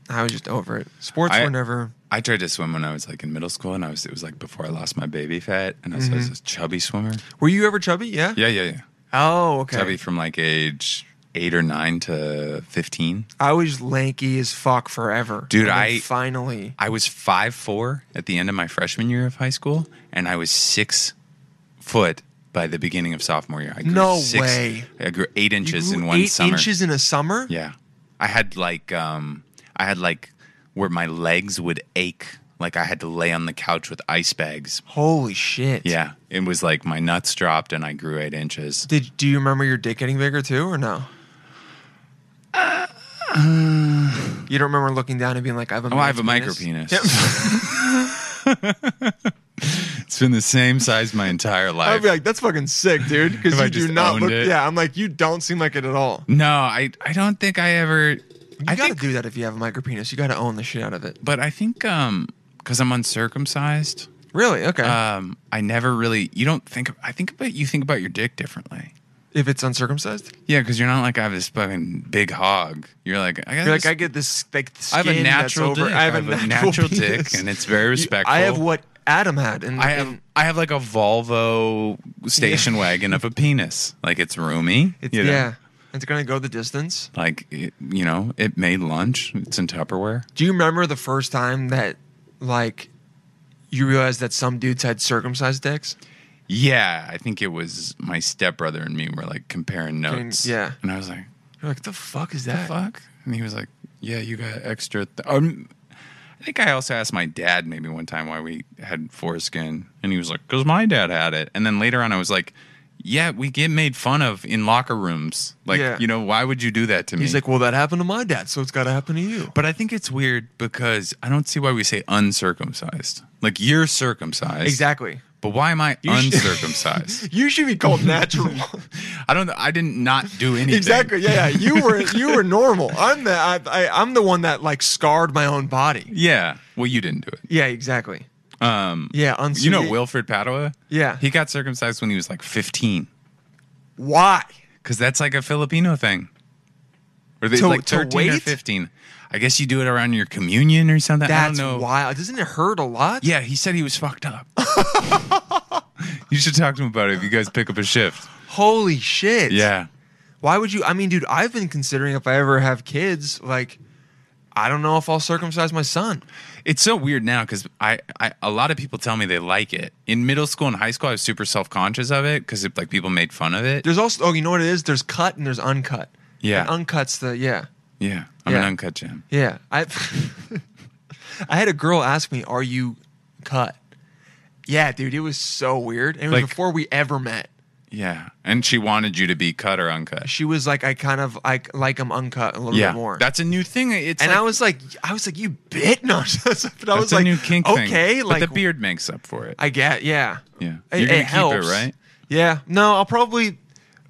A: I was just over it. Sports
D: I-
A: were never.
D: I tried to swim when I was like in middle school, and I was it was like before I lost my baby fat, and I was, I
A: Mm-hmm.
D: was a chubby swimmer.
A: Were you ever chubby? Yeah.
D: Yeah, yeah, yeah.
A: Oh, okay.
D: Chubby from like age eight or nine to fifteen.
A: I was lanky as fuck forever,
D: Dude,
A: And then
D: I-
A: finally.
D: I was five four at the end of my freshman year of high school, and I was six foot by the beginning of sophomore year. I grew
A: No
D: six,
A: way.
D: I grew eight
A: You
D: inches
A: grew
D: in one
A: eight
D: summer.
A: inches in a summer.
D: Yeah, I had like um I had like where my legs would ache, like I had to lay on the couch with ice bags.
A: Holy shit.
D: Yeah, it was like my nuts dropped and I grew eight inches.
A: Did do you remember your dick getting bigger too, or no? you don't remember looking down and being like, "I have a
D: Oh, I have a micro
A: man's
D: penis.
A: penis?
D: It's been the same size my entire
A: I'd
D: life.
A: be like, "That's fucking sick, dude," because
D: If I
A: you do
D: just
A: not
D: owned
A: look.
D: it.
A: Yeah, I'm like, you don't seem like it at all.
D: no, I I don't think I ever.
A: You
D: I
A: gotta
D: think,
A: do that if you have a micro penis. You gotta own the shit out of it.
D: but I think um because I'm uncircumcised.
A: Really? Okay.
D: Um, I never really. You don't think. I think about you think about your dick differently.
A: if it's uncircumcised,
D: Yeah, because you're not like I have this fucking big hog. You're like I got.
A: you're
D: this-
A: like, I get this like
D: I
A: skin
D: have a natural
A: that's over.
D: dick.
A: I have a natural, penis.
D: dick, and it's very
A: You-
D: respectful.
A: I have what Adam had, and
D: I have I have like a Volvo station wagon of a penis. Like it's roomy.
A: It's,
D: you know?
A: Yeah, it's gonna go the distance.
D: Like it, you know, it made lunch. It's in Tupperware.
A: Do you remember the first time that like you realized that some dudes had circumcised dicks?
D: Yeah, I think it was my stepbrother and me were like comparing notes.
A: yeah.
D: and I was like,
A: You're like, the fuck is
D: the
A: that?
D: fuck? And he was like, yeah, you got extra. Th- um, I think I also asked my dad maybe one time why we had foreskin, and he was like, because my dad had it. And then later on, I was like, yeah, we get made fun of in locker rooms. Like,
A: Yeah.
D: you know, why would you do that to me?
A: He's like, well, that happened to my dad, so it's got to happen to you.
D: but I think it's weird because I don't see why we say uncircumcised. Like you're circumcised,
A: Exactly.
D: But why am I
A: should-
D: uncircumcised?
A: You should be called natural.
D: I don't. I didn't not do anything.
A: exactly. Yeah, yeah. You were you were normal. I'm the I, I, I'm the one that like scarred my own body.
D: Yeah. Well, you didn't do it.
A: Yeah, exactly.
D: Um,
A: Yeah, uns-
D: you know Wilfred Padua?
A: Yeah.
D: He got circumcised when he was like 15
A: Why?
D: because that's like a Filipino thing. Or they
A: To-
D: like
A: to
D: 13 or
A: wait?
D: 15. I guess you do it around your communion or something.
A: That's
D: I don't know.
A: wild. Doesn't it hurt a lot?
D: Yeah, he said he was fucked up. you should talk to him about it if you guys pick up a shift.
A: Holy shit.
D: Yeah.
A: Why would you? I mean, dude, I've been considering if I ever have kids, like, I don't know if I'll circumcise my son.
D: It's so weird now because I, I a lot of people tell me they like it. In middle school and high school, I was super self conscious of it because like people made fun of it.
A: There's also, oh, you know what it is? There's cut and there's uncut.
D: Yeah.
A: And uncut's the, yeah.
D: yeah, I'm an
A: Yeah.
D: uncut gem.
A: Yeah. I I had a girl ask me, Are you cut? Yeah, dude, it was so weird. And it was
D: Like-
A: before we ever met.
D: Yeah, and she wanted you to be cut or uncut.
A: She was like, I kind of like like I'm uncut a little
D: yeah,
A: bit more.
D: that's a new thing. It's
A: and
D: like,
A: I was like, I was like, you bit? No, but I
D: that's
A: was
D: a
A: like,
D: new kink thing.
A: okay, like
D: but the beard makes up for it.
A: I get, yeah,
D: Yeah.
A: It,
D: You're gonna
A: it
D: keep it,
A: helps.
D: right?
A: Yeah, no, I'll probably.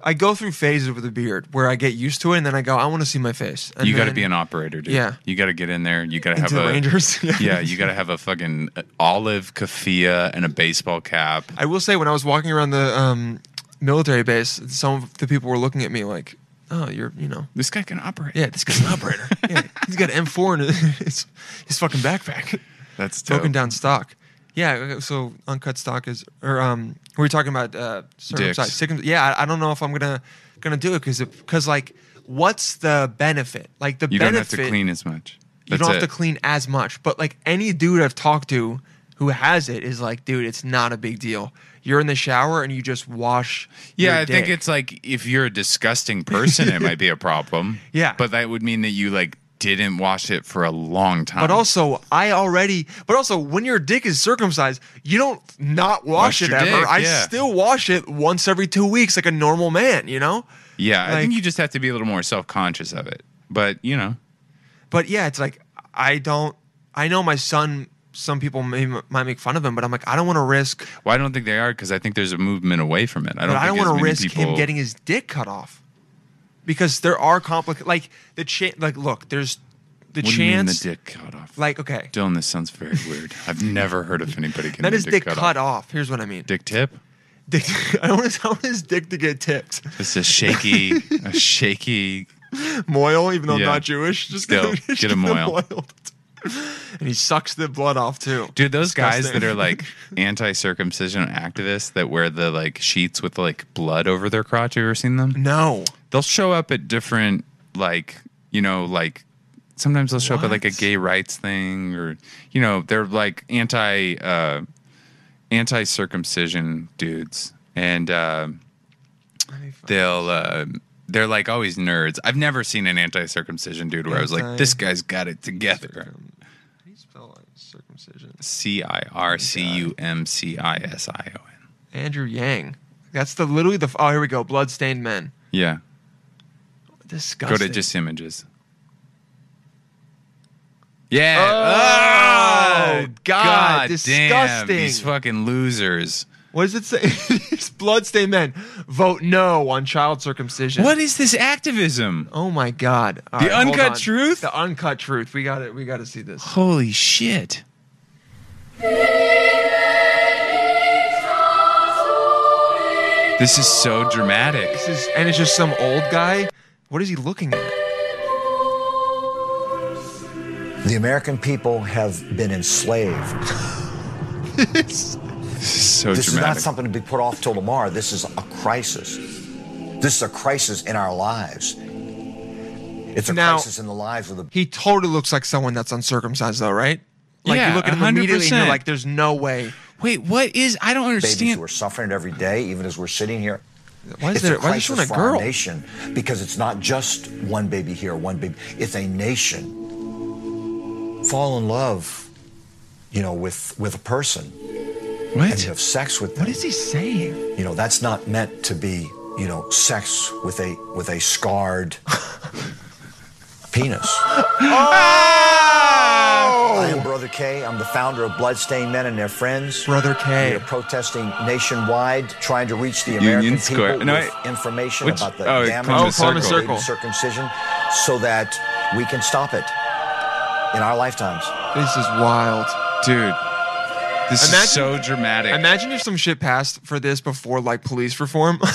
A: I go through phases with a beard where I get used to it, and then I go, I want to see my face. And
D: you got to
A: then
D: be an operator, dude.
A: Yeah.
D: you got to get in there. You got to have
A: into the
D: a
A: Rangers.
D: yeah, you got to have a fucking uh, olive keffiyeh and a baseball cap.
A: I will say, when I was walking around the um, military base, some of the people were looking at me like, "Oh, you're, you know,
D: This guy can operate.
A: yeah, this guy's an operator. Yeah, he's got an M4 in his, his fucking backpack."
D: that's dope.
A: broken down stock. Yeah, okay, so uncut stock is, or um, we were talking about uh, circumcised.
D: Dicks.
A: circum- yeah, I, I don't know if I'm gonna gonna do it because because like, what's the benefit? Like the
D: You don't have
A: benefit,
D: to clean as much.
A: you
D: That's
A: don't have
D: it.
A: to clean as much. But like any dude I've talked to who has it is like, dude, it's not a big deal. You're in the shower and you just wash.
D: Yeah,
A: your
D: I think
A: dick.
D: it's like if you're a disgusting person, it might be a problem.
A: Yeah.
D: but that would mean that you like didn't wash it for a long time.
A: But also, I already. But also, when your dick is circumcised, you don't not wash,
D: Wash
A: it
D: your
A: ever.
D: dick,
A: I
D: yeah.
A: still wash it once every two weeks, like a normal man. You know.
D: Yeah, I think
A: Like-
D: you just have to be a little more self conscious of it. But you know,
A: But yeah, it's like I don't. I know my son. Some people may, might make fun of him, but I'm like, I don't want to risk.
D: well, I don't think they are because I think there's a movement away from it. I don't.
A: But I
D: think
A: don't
D: as
A: want to
D: many
A: risk him
D: people-
A: getting his dick cut off because there are complicated. Like the cha- Like look, there's the
D: What do you mean
A: chance.
D: the dick cut off.
A: Like okay,
D: Dylan, this sounds very weird. I've never heard of anybody getting
A: not
D: their
A: his dick,
D: cut,
A: cut
D: off.
A: off. Here's what I mean.
D: Dick tip.
A: Dick, I, want his, I want his dick to get tipped.
D: This is shaky. a shaky.
A: Moil, even though
D: Yeah.
A: I'm not Jewish. Just
D: Still,
A: just
D: get him moil.
A: moiled. And he sucks the blood off too.
D: Dude, those guys
A: Disgusting.
D: that are like anti-circumcision activists that wear the like sheets with like blood over their crotch. Have you ever seen them?
A: No.
D: they'll show up at different like you know like sometimes they'll show up at like a
A: What?
D: gay rights thing or you know they're like anti uh anti circumcision dudes and uh,
A: Let me find-
D: they'll uh they're like always nerds. I've never seen an anti-circumcision dude where I was like,
A: Anti-
D: this guy's got it together.
A: Circum- How do you spell like, circumcision?
D: C I R C U M C I S I O N.
A: Andrew Yang. That's the literally the. Oh, here we go. Bloodstained men.
D: Yeah. Go
A: Disgusting.
D: to just images. Yeah.
A: Oh, God,
D: God
A: disgusting.
D: Damn, these fucking losers.
A: What does it say? it's bloodstained men. Vote no on child circumcision.
D: What is this activism?
A: Oh my God. All
D: The
A: hold
D: uncut
A: on.
D: truth?
A: The uncut truth. We got it. We got to see this.
D: Holy shit. This is so dramatic.
A: This is, and it's just some old guy. What is he looking at?
E: The American people have been enslaved.
D: This is so
E: This is
D: dramatic.
E: not something to be put off till tomorrow. This is a crisis. This is a crisis in our lives. It's a
A: Now-
E: crisis in the lives of the
A: He totally looks like someone that's uncircumcised, though, right? Like
D: Yeah,
A: you look at him immediately, and you're
D: 100%.
A: like, "There's no way."
D: Wait, what is? I don't
E: babies
D: understand.
E: who are suffering every day, even as we're sitting here.
A: Why is
E: it's
A: there?
E: a
A: Why is
E: crisis
A: this one a
E: for our
A: girl?
E: nation because it's not just one baby here, one baby. It's a nation. Fall in love, you know, with with a person and
D: What?
E: have sex with them.
A: What is he saying?
E: you know that's not meant to be you know sex with a with a scarred penis
A: Oh!
E: i am brother k i'm the founder of bloodstained men and their friends
A: Brother
E: we
A: K.
E: are protesting nationwide trying to reach the american
D: Union
E: people
D: Square. No,
E: with
D: wait.
E: information
D: Which-
E: about the
D: oh, it's
E: damage
D: Columbus
E: of
A: Circle.
E: baby
A: Columbus
E: circumcision so that we can stop it in our lifetimes
A: This is wild.
D: Dude, this
A: Imagine-
D: is so dramatic.
A: Imagine if some shit passed for this before like police reform.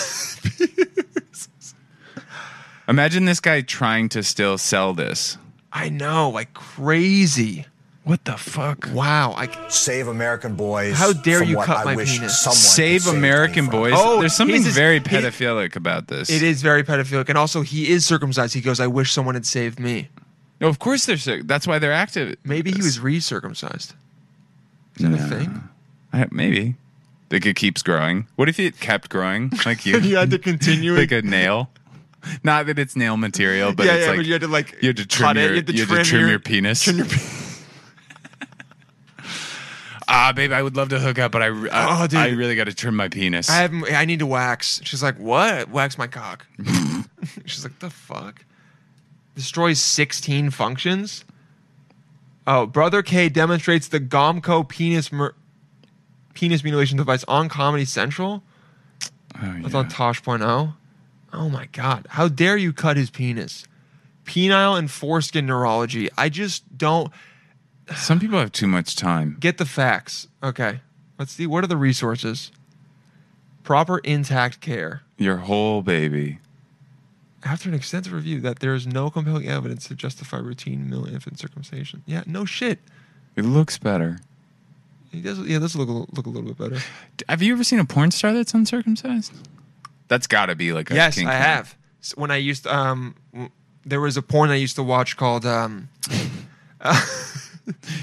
D: Imagine this guy trying to still sell this.
A: I know, like crazy.
D: What the fuck?
A: Wow. I,
E: save american boys
A: How dare
E: from
A: you
E: what
A: cut
E: I
A: my
E: wish
A: penis.
E: someone could
D: Save
E: save me
D: American
E: from.
D: boys.
A: Oh,
D: There's something
A: he's just-
D: very
A: he-
D: pedophilic about this.
A: it is very pedophilic, and also he is circumcised. He goes, "I wish someone had saved me."
D: No, of course they're sick. That's why they're active.
A: Maybe he was re-circumcised. Is that a thing?
D: I, maybe. Like it keeps growing. What if it kept growing? Like you,
A: You had to continue
D: like
A: it.
D: a nail. Not that it's nail material, but
A: yeah,
D: it's
A: yeah,
D: like
A: but you had to like
D: you had to trim
A: cut
D: your
A: it. You had to
D: you had
A: trim,
D: your, penis.
A: trim your penis.
D: ah, babe, I would love to hook up, but I re- I,
A: Oh, dude.
D: I really got to trim my penis.
A: I have. I need to wax. She's like, what? Wax my cock. She's like, the fuck. Destroys sixteen functions. Oh, brother K demonstrates the Gomco penis mur- penis mutilation device on Comedy Central.
D: Oh, yeah.
A: That's on Tosh.0. Oh my god! How dare you cut his penis? Penile and foreskin neurology. I just don't
D: Some people have too much time.
A: get the facts. Okay, let's see. What are the resources? Proper intact care.
D: Your whole baby.
A: after an extensive review that there is no compelling evidence to justify routine male infant circumcision. Yeah, no shit.
D: It looks better.
A: He does. Yeah, this look a little- look a little bit better.
D: D- Have you ever seen a porn star that's uncircumcised? That's got to be like a
A: yes,
D: kink
A: I
D: thing.
A: have. S- When I used um, w- there was a porn I used to watch called um,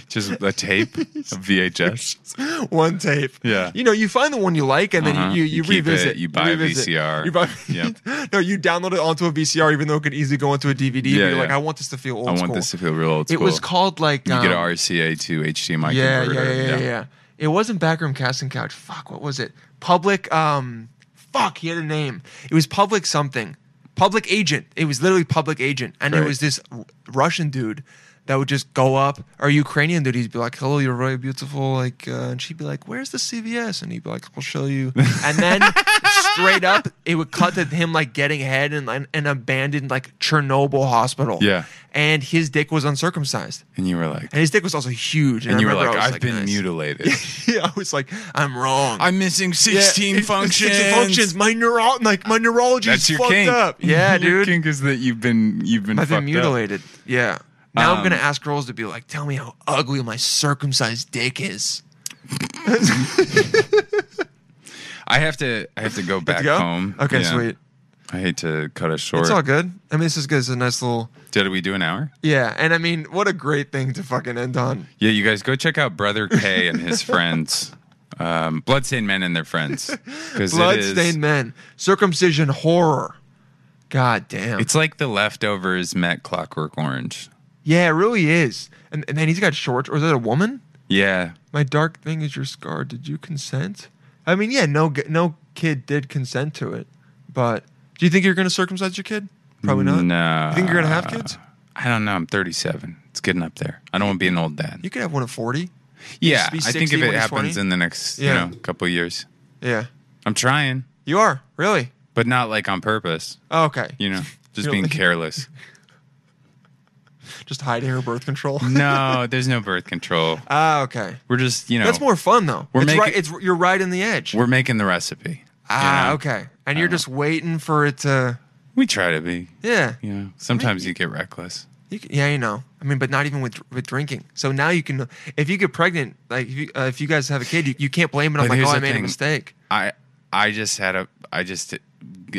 D: Just a tape, a VHS.
A: One Tape.
D: Yeah.
A: You know, you find the one you like, and then
D: Uh-huh.
A: you you, you,
D: You keep
A: revisit.
D: it, you buy a
A: revisit.
D: VCR.
A: You buy.
D: Yep.
A: no, you download it onto a VCR, even though it could easily go into a DVD. but
D: Yeah,
A: you're like,
D: yeah.
A: I want this to feel old
D: I want
A: school.
D: this to feel real old
A: it
D: school.
A: was called like
D: You
A: um,
D: get a RCA to HDMI
A: yeah, yeah,
D: converter.
A: yeah, yeah, yeah. It wasn't backroom casting couch. Fuck, what was it? Public. Um, fuck, he had a name. It was public something. Public agent. It was literally public agent, and it
D: Right.
A: was this R- Russian dude that would just go up, or Ukrainian dude. He'd be like, "Hello, you're really beautiful," like, uh, and she'd be like, "Where's the CVS?" And he'd be like, "I'll show you." And then straight up, it would cut to him like getting head in like, an abandoned like Chernobyl hospital.
D: Yeah.
A: and his dick was uncircumcised.
D: And you were like,
A: And his dick was also huge. And,
D: and
A: I
D: you were
A: remember
D: like,
A: I was
D: I've been
A: nice.
D: mutilated.
A: yeah, I was like, I'm wrong.
D: I'm missing
A: Yeah,
D: 16
A: it's- it's
D: functions.
A: 16 functions. My neuro, like my neurology
D: That's
A: is
D: your
A: fucked
D: kink.
A: up. Yeah,
D: Your
A: dude.
D: kink is that you've been you've been
A: I've
D: fucked
A: been
D: up.
A: mutilated. Yeah. Now I'm
D: Um,
A: gonna ask girls to be like, tell me how ugly my circumcised dick is.
D: I have to I have to go back
A: To go?
D: home.
A: Okay,
D: Yeah.
A: sweet.
D: I hate to cut us short.
A: It's all good. I mean, this is good. It's a nice little
D: Did we do an hour?
A: yeah. And I mean, what a great thing to fucking end on.
D: Yeah, you guys go check out Brother K and his friends. Um, Bloodstained Men and their friends. 'Cause it is-
A: Bloodstained men, circumcision horror. God damn.
D: It's like the leftovers met Clockwork Orange.
A: yeah, it really is. And, and then he's got shorts. Or is that a woman?
D: Yeah.
A: My dark thing is your scar. Did you consent? I mean, yeah, no, g- no kid did consent to it. But do you think you're gonna circumcise your kid? Probably not.
D: No.
A: You think you're gonna have kids?
D: I don't know. I'm 37. It's getting up there. I don't want to be an old dad.
A: You could have one at 40.
D: yeah.
A: just be
D: I think
A: 60
D: if
A: when
D: it
A: he's
D: happens
A: 20?
D: in the next,
A: Yeah.
D: you know, couple years,
A: Yeah,
D: I'm trying,
A: you are really.
D: but not like on purpose.
A: Oh, okay,
D: You know, just
A: You're
D: being
A: like-
D: careless.
A: just hiding her birth control.
D: No, there's no birth control.
A: Ah, okay.
D: We're just, you know,
A: That's more fun though.
D: We're
A: it's
D: making-
A: right. It's you're right in the edge.
D: we're making the recipe.
A: ah,
D: know?
A: okay. And you're just waiting for it to.
D: We try to be.
A: Yeah.
D: You know, sometimes you get reckless.
A: You can, yeah, you know. I mean, but not even with with drinking. So now you can, if you get pregnant, like if you, uh, if you guys have a kid, you, you can't blame it on
D: But
A: like, oh,
D: here's
A: I
D: the
A: made a
D: thing.
A: mistake.
D: I I just had a I just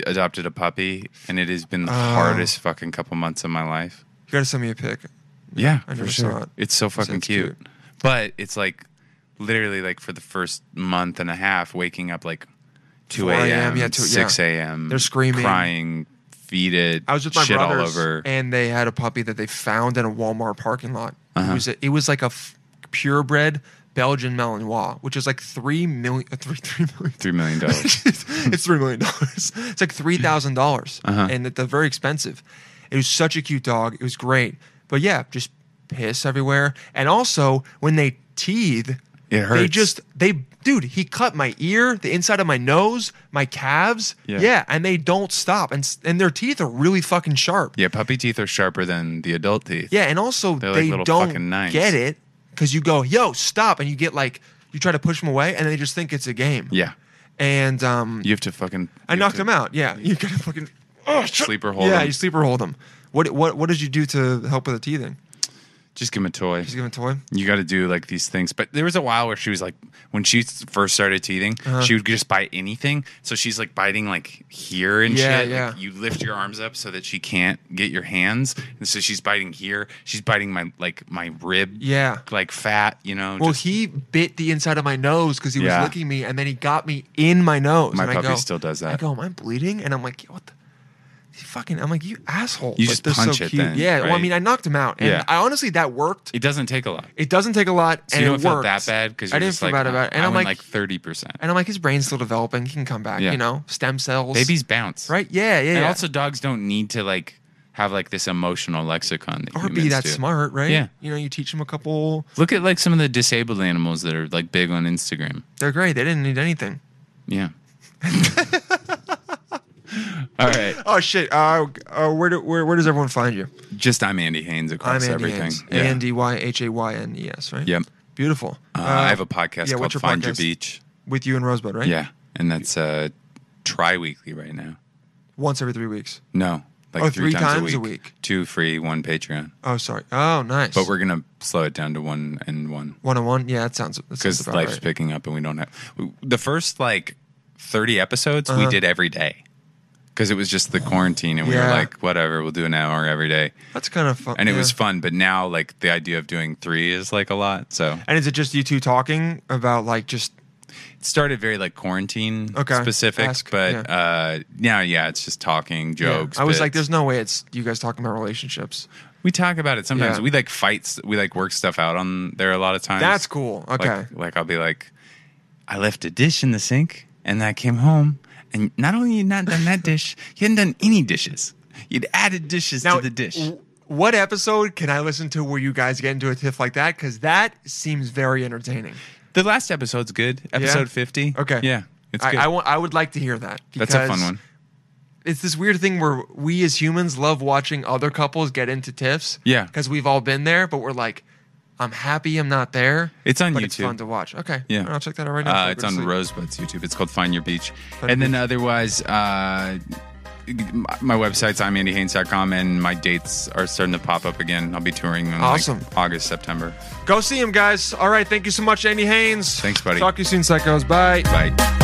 D: adopted a puppy, and it has
A: Oh.
D: been the hardest fucking couple months of my life.
A: You gotta send me a pic.
D: Yeah,
A: I
D: for
A: never
D: sure.
A: saw it.
D: It's so fucking
A: Sounds
D: cute.
A: cute.
D: But it's like literally like for the first month and a half, waking up like two
A: 4 a.m.,
D: a.m.,
A: yeah,
D: yeah,
A: two- yeah.
D: six a.m.
A: They're screaming.
D: crying, feted.
A: I was with my
D: shit
A: brothers,
D: all over.
A: and they had a puppy that they found in a Walmart parking lot.
D: Uh-huh.
A: It was a, it was like a f- purebred Belgian Malinois, which is like three million, uh, three three million.
D: Three million dollars.
A: it's three million dollars. It's like three thousand dollars,
D: Uh-huh.
A: and they're very expensive. It was such a cute dog. It was great, but yeah, just piss everywhere. And also when they teethe,
D: It
A: They
D: hurts.
A: just they dude. He cut my ear, the inside of my nose, my calves.
D: Yeah.
A: and they don't stop, and s- and their teeth are really fucking sharp.
D: yeah, puppy teeth are sharper than the adult teeth.
A: Yeah, and also
D: They're like
A: they
D: little fucking
A: don't
D: knives.
A: get it because you go, yo, stop, and you get like you try to push them away, and they just think it's a game.
D: Yeah.
A: and um,
D: You have to fucking.
A: I knocked him out. Yeah, you gotta fucking oh, shut-
D: Sleeper hold
A: Yeah,
D: him.
A: you sleeper hold him. What what what did you do to help with the teething?
D: Just give him a toy.
A: Just give him a toy.
D: you got to do like these things. But there was a while where she was like, when she first started teething,
A: Uh-huh.
D: she would just bite anything. So she's like biting like here and
A: Yeah,
D: shit. Like,
A: yeah.
D: you lift your arms up so that she can't get your hands, and so she's biting here. She's biting my like my rib,
A: Yeah.
D: like fat, you know.
A: Well,
D: just-
A: he bit the inside of my nose because he
D: Yeah.
A: was licking me, and then he got me in my nose.
D: My
A: and
D: puppy
A: I go,
D: still does
A: I
D: that.
A: go, am I bleeding? And I'm like, what the? He fucking, I'm like, you asshole.
D: You
A: Like,
D: just
A: they're
D: punch
A: so
D: it
A: cute.
D: then,
A: yeah. Well, I
D: right?
A: mean, I knocked him out, and
D: Yeah.
A: I honestly that worked.
D: it doesn't take a lot.
A: It doesn't take a lot,
D: So
A: and
D: you don't
A: it
D: feel
A: worked.
D: that bad because
A: I
D: you're
A: didn't
D: just
A: feel
D: like,
A: bad about it, and
D: I
A: I'm
D: went
A: like-
D: like thirty percent.
A: And I'm like, his brain's still developing. He can come back,
D: Yeah.
A: you know, stem cells,
D: Babies bounce,
A: right? Yeah, yeah.
D: And
A: yeah.
D: also, dogs don't need to like have like this emotional lexicon that
A: or be
D: humans
A: that
D: do.
A: smart, right?
D: Yeah.
A: You know, you teach him a couple.
D: Look at like some of the disabled animals that are like big on Instagram.
A: They're great. They didn't need anything.
D: Yeah. All right.
A: Oh shit! Uh, uh, where, do, where where does everyone find you?
D: Just I'm Andy Haynes
A: I'm
D: across
A: Andy
D: everything.
A: Haynes.
D: Yeah.
A: A N D Y H A Y N E S. Right.
D: Yep.
A: Beautiful.
D: Uh, I have a podcast
A: yeah,
D: called
A: what's your
D: Find Your
A: podcast?
D: Beach.
A: with you and Rosebud, right?
D: Yeah. And that's uh tri weekly right now.
A: Once every three weeks.
D: No. Like
A: Oh,
D: three,
A: three times a week.
D: Two free, one Patreon.
A: Oh, sorry. Oh, nice.
D: But we're gonna slow it down to one and one.
A: one on one. Yeah, that sounds. that sounds
D: Because
A: about
D: life's
A: right.
D: picking up and we don't have we- the first like thirty episodes we
A: Uh-huh.
D: did every day. Because it was just the quarantine and we
A: Yeah.
D: were like, whatever, we'll do an hour every day.
A: That's kind of fun.
D: and it
A: yeah.
D: was fun. But now, like the idea of doing three is like a lot. So
A: And is it just you two talking about like just
D: it started very like quarantine
A: Okay.
D: specific,
A: Ask,
D: but
A: yeah.
D: uh, now, yeah, it's just talking jokes.
A: I was like,
D: bits.
A: there's no way it's you guys talking about relationships.
D: we talk about it sometimes.
A: Yeah.
D: We like fights. We like work stuff out on there a lot of times.
A: That's cool.
D: Like-
A: Okay.
D: Like, I'll be like, I left a dish in the sink, and I came home, and not only you not done that dish, you hadn't done any dishes. You'd added dishes to the dish.
A: w- What episode can I listen to where you guys get into a tiff like that? Because that seems very entertaining.
D: the last episode's good. Episode fifty.
A: Okay.
D: Yeah, it's
A: I,
D: good.
A: I, want, I would like to hear that.
D: That's a fun
A: because
D: one.
A: It's this weird thing where we as humans love watching other couples get into tiffs.
D: Yeah.
A: Because we've all been there, but we're like, I'm happy I'm not there.
D: It's on
A: but It's
D: YouTube.
A: fun to watch. Okay.
D: Yeah,
A: I'll check that out right now. before
D: Uh,
A: I
D: it's
A: go to
D: on
A: sleep.
D: Rosebud's YouTube. It's called Find Your Beach.
A: Find
D: and
A: Your
D: then otherwise, uh, my- my website's I'm AndyHaynes.com, and my dates are starting to pop up again. I'll be touring in like,
A: Awesome.
D: August, September.
A: Go see him, guys. All right. Thank you so much, Andy Haynes.
D: Thanks, buddy.
A: Talk to you soon, psychos. Bye.
D: Bye.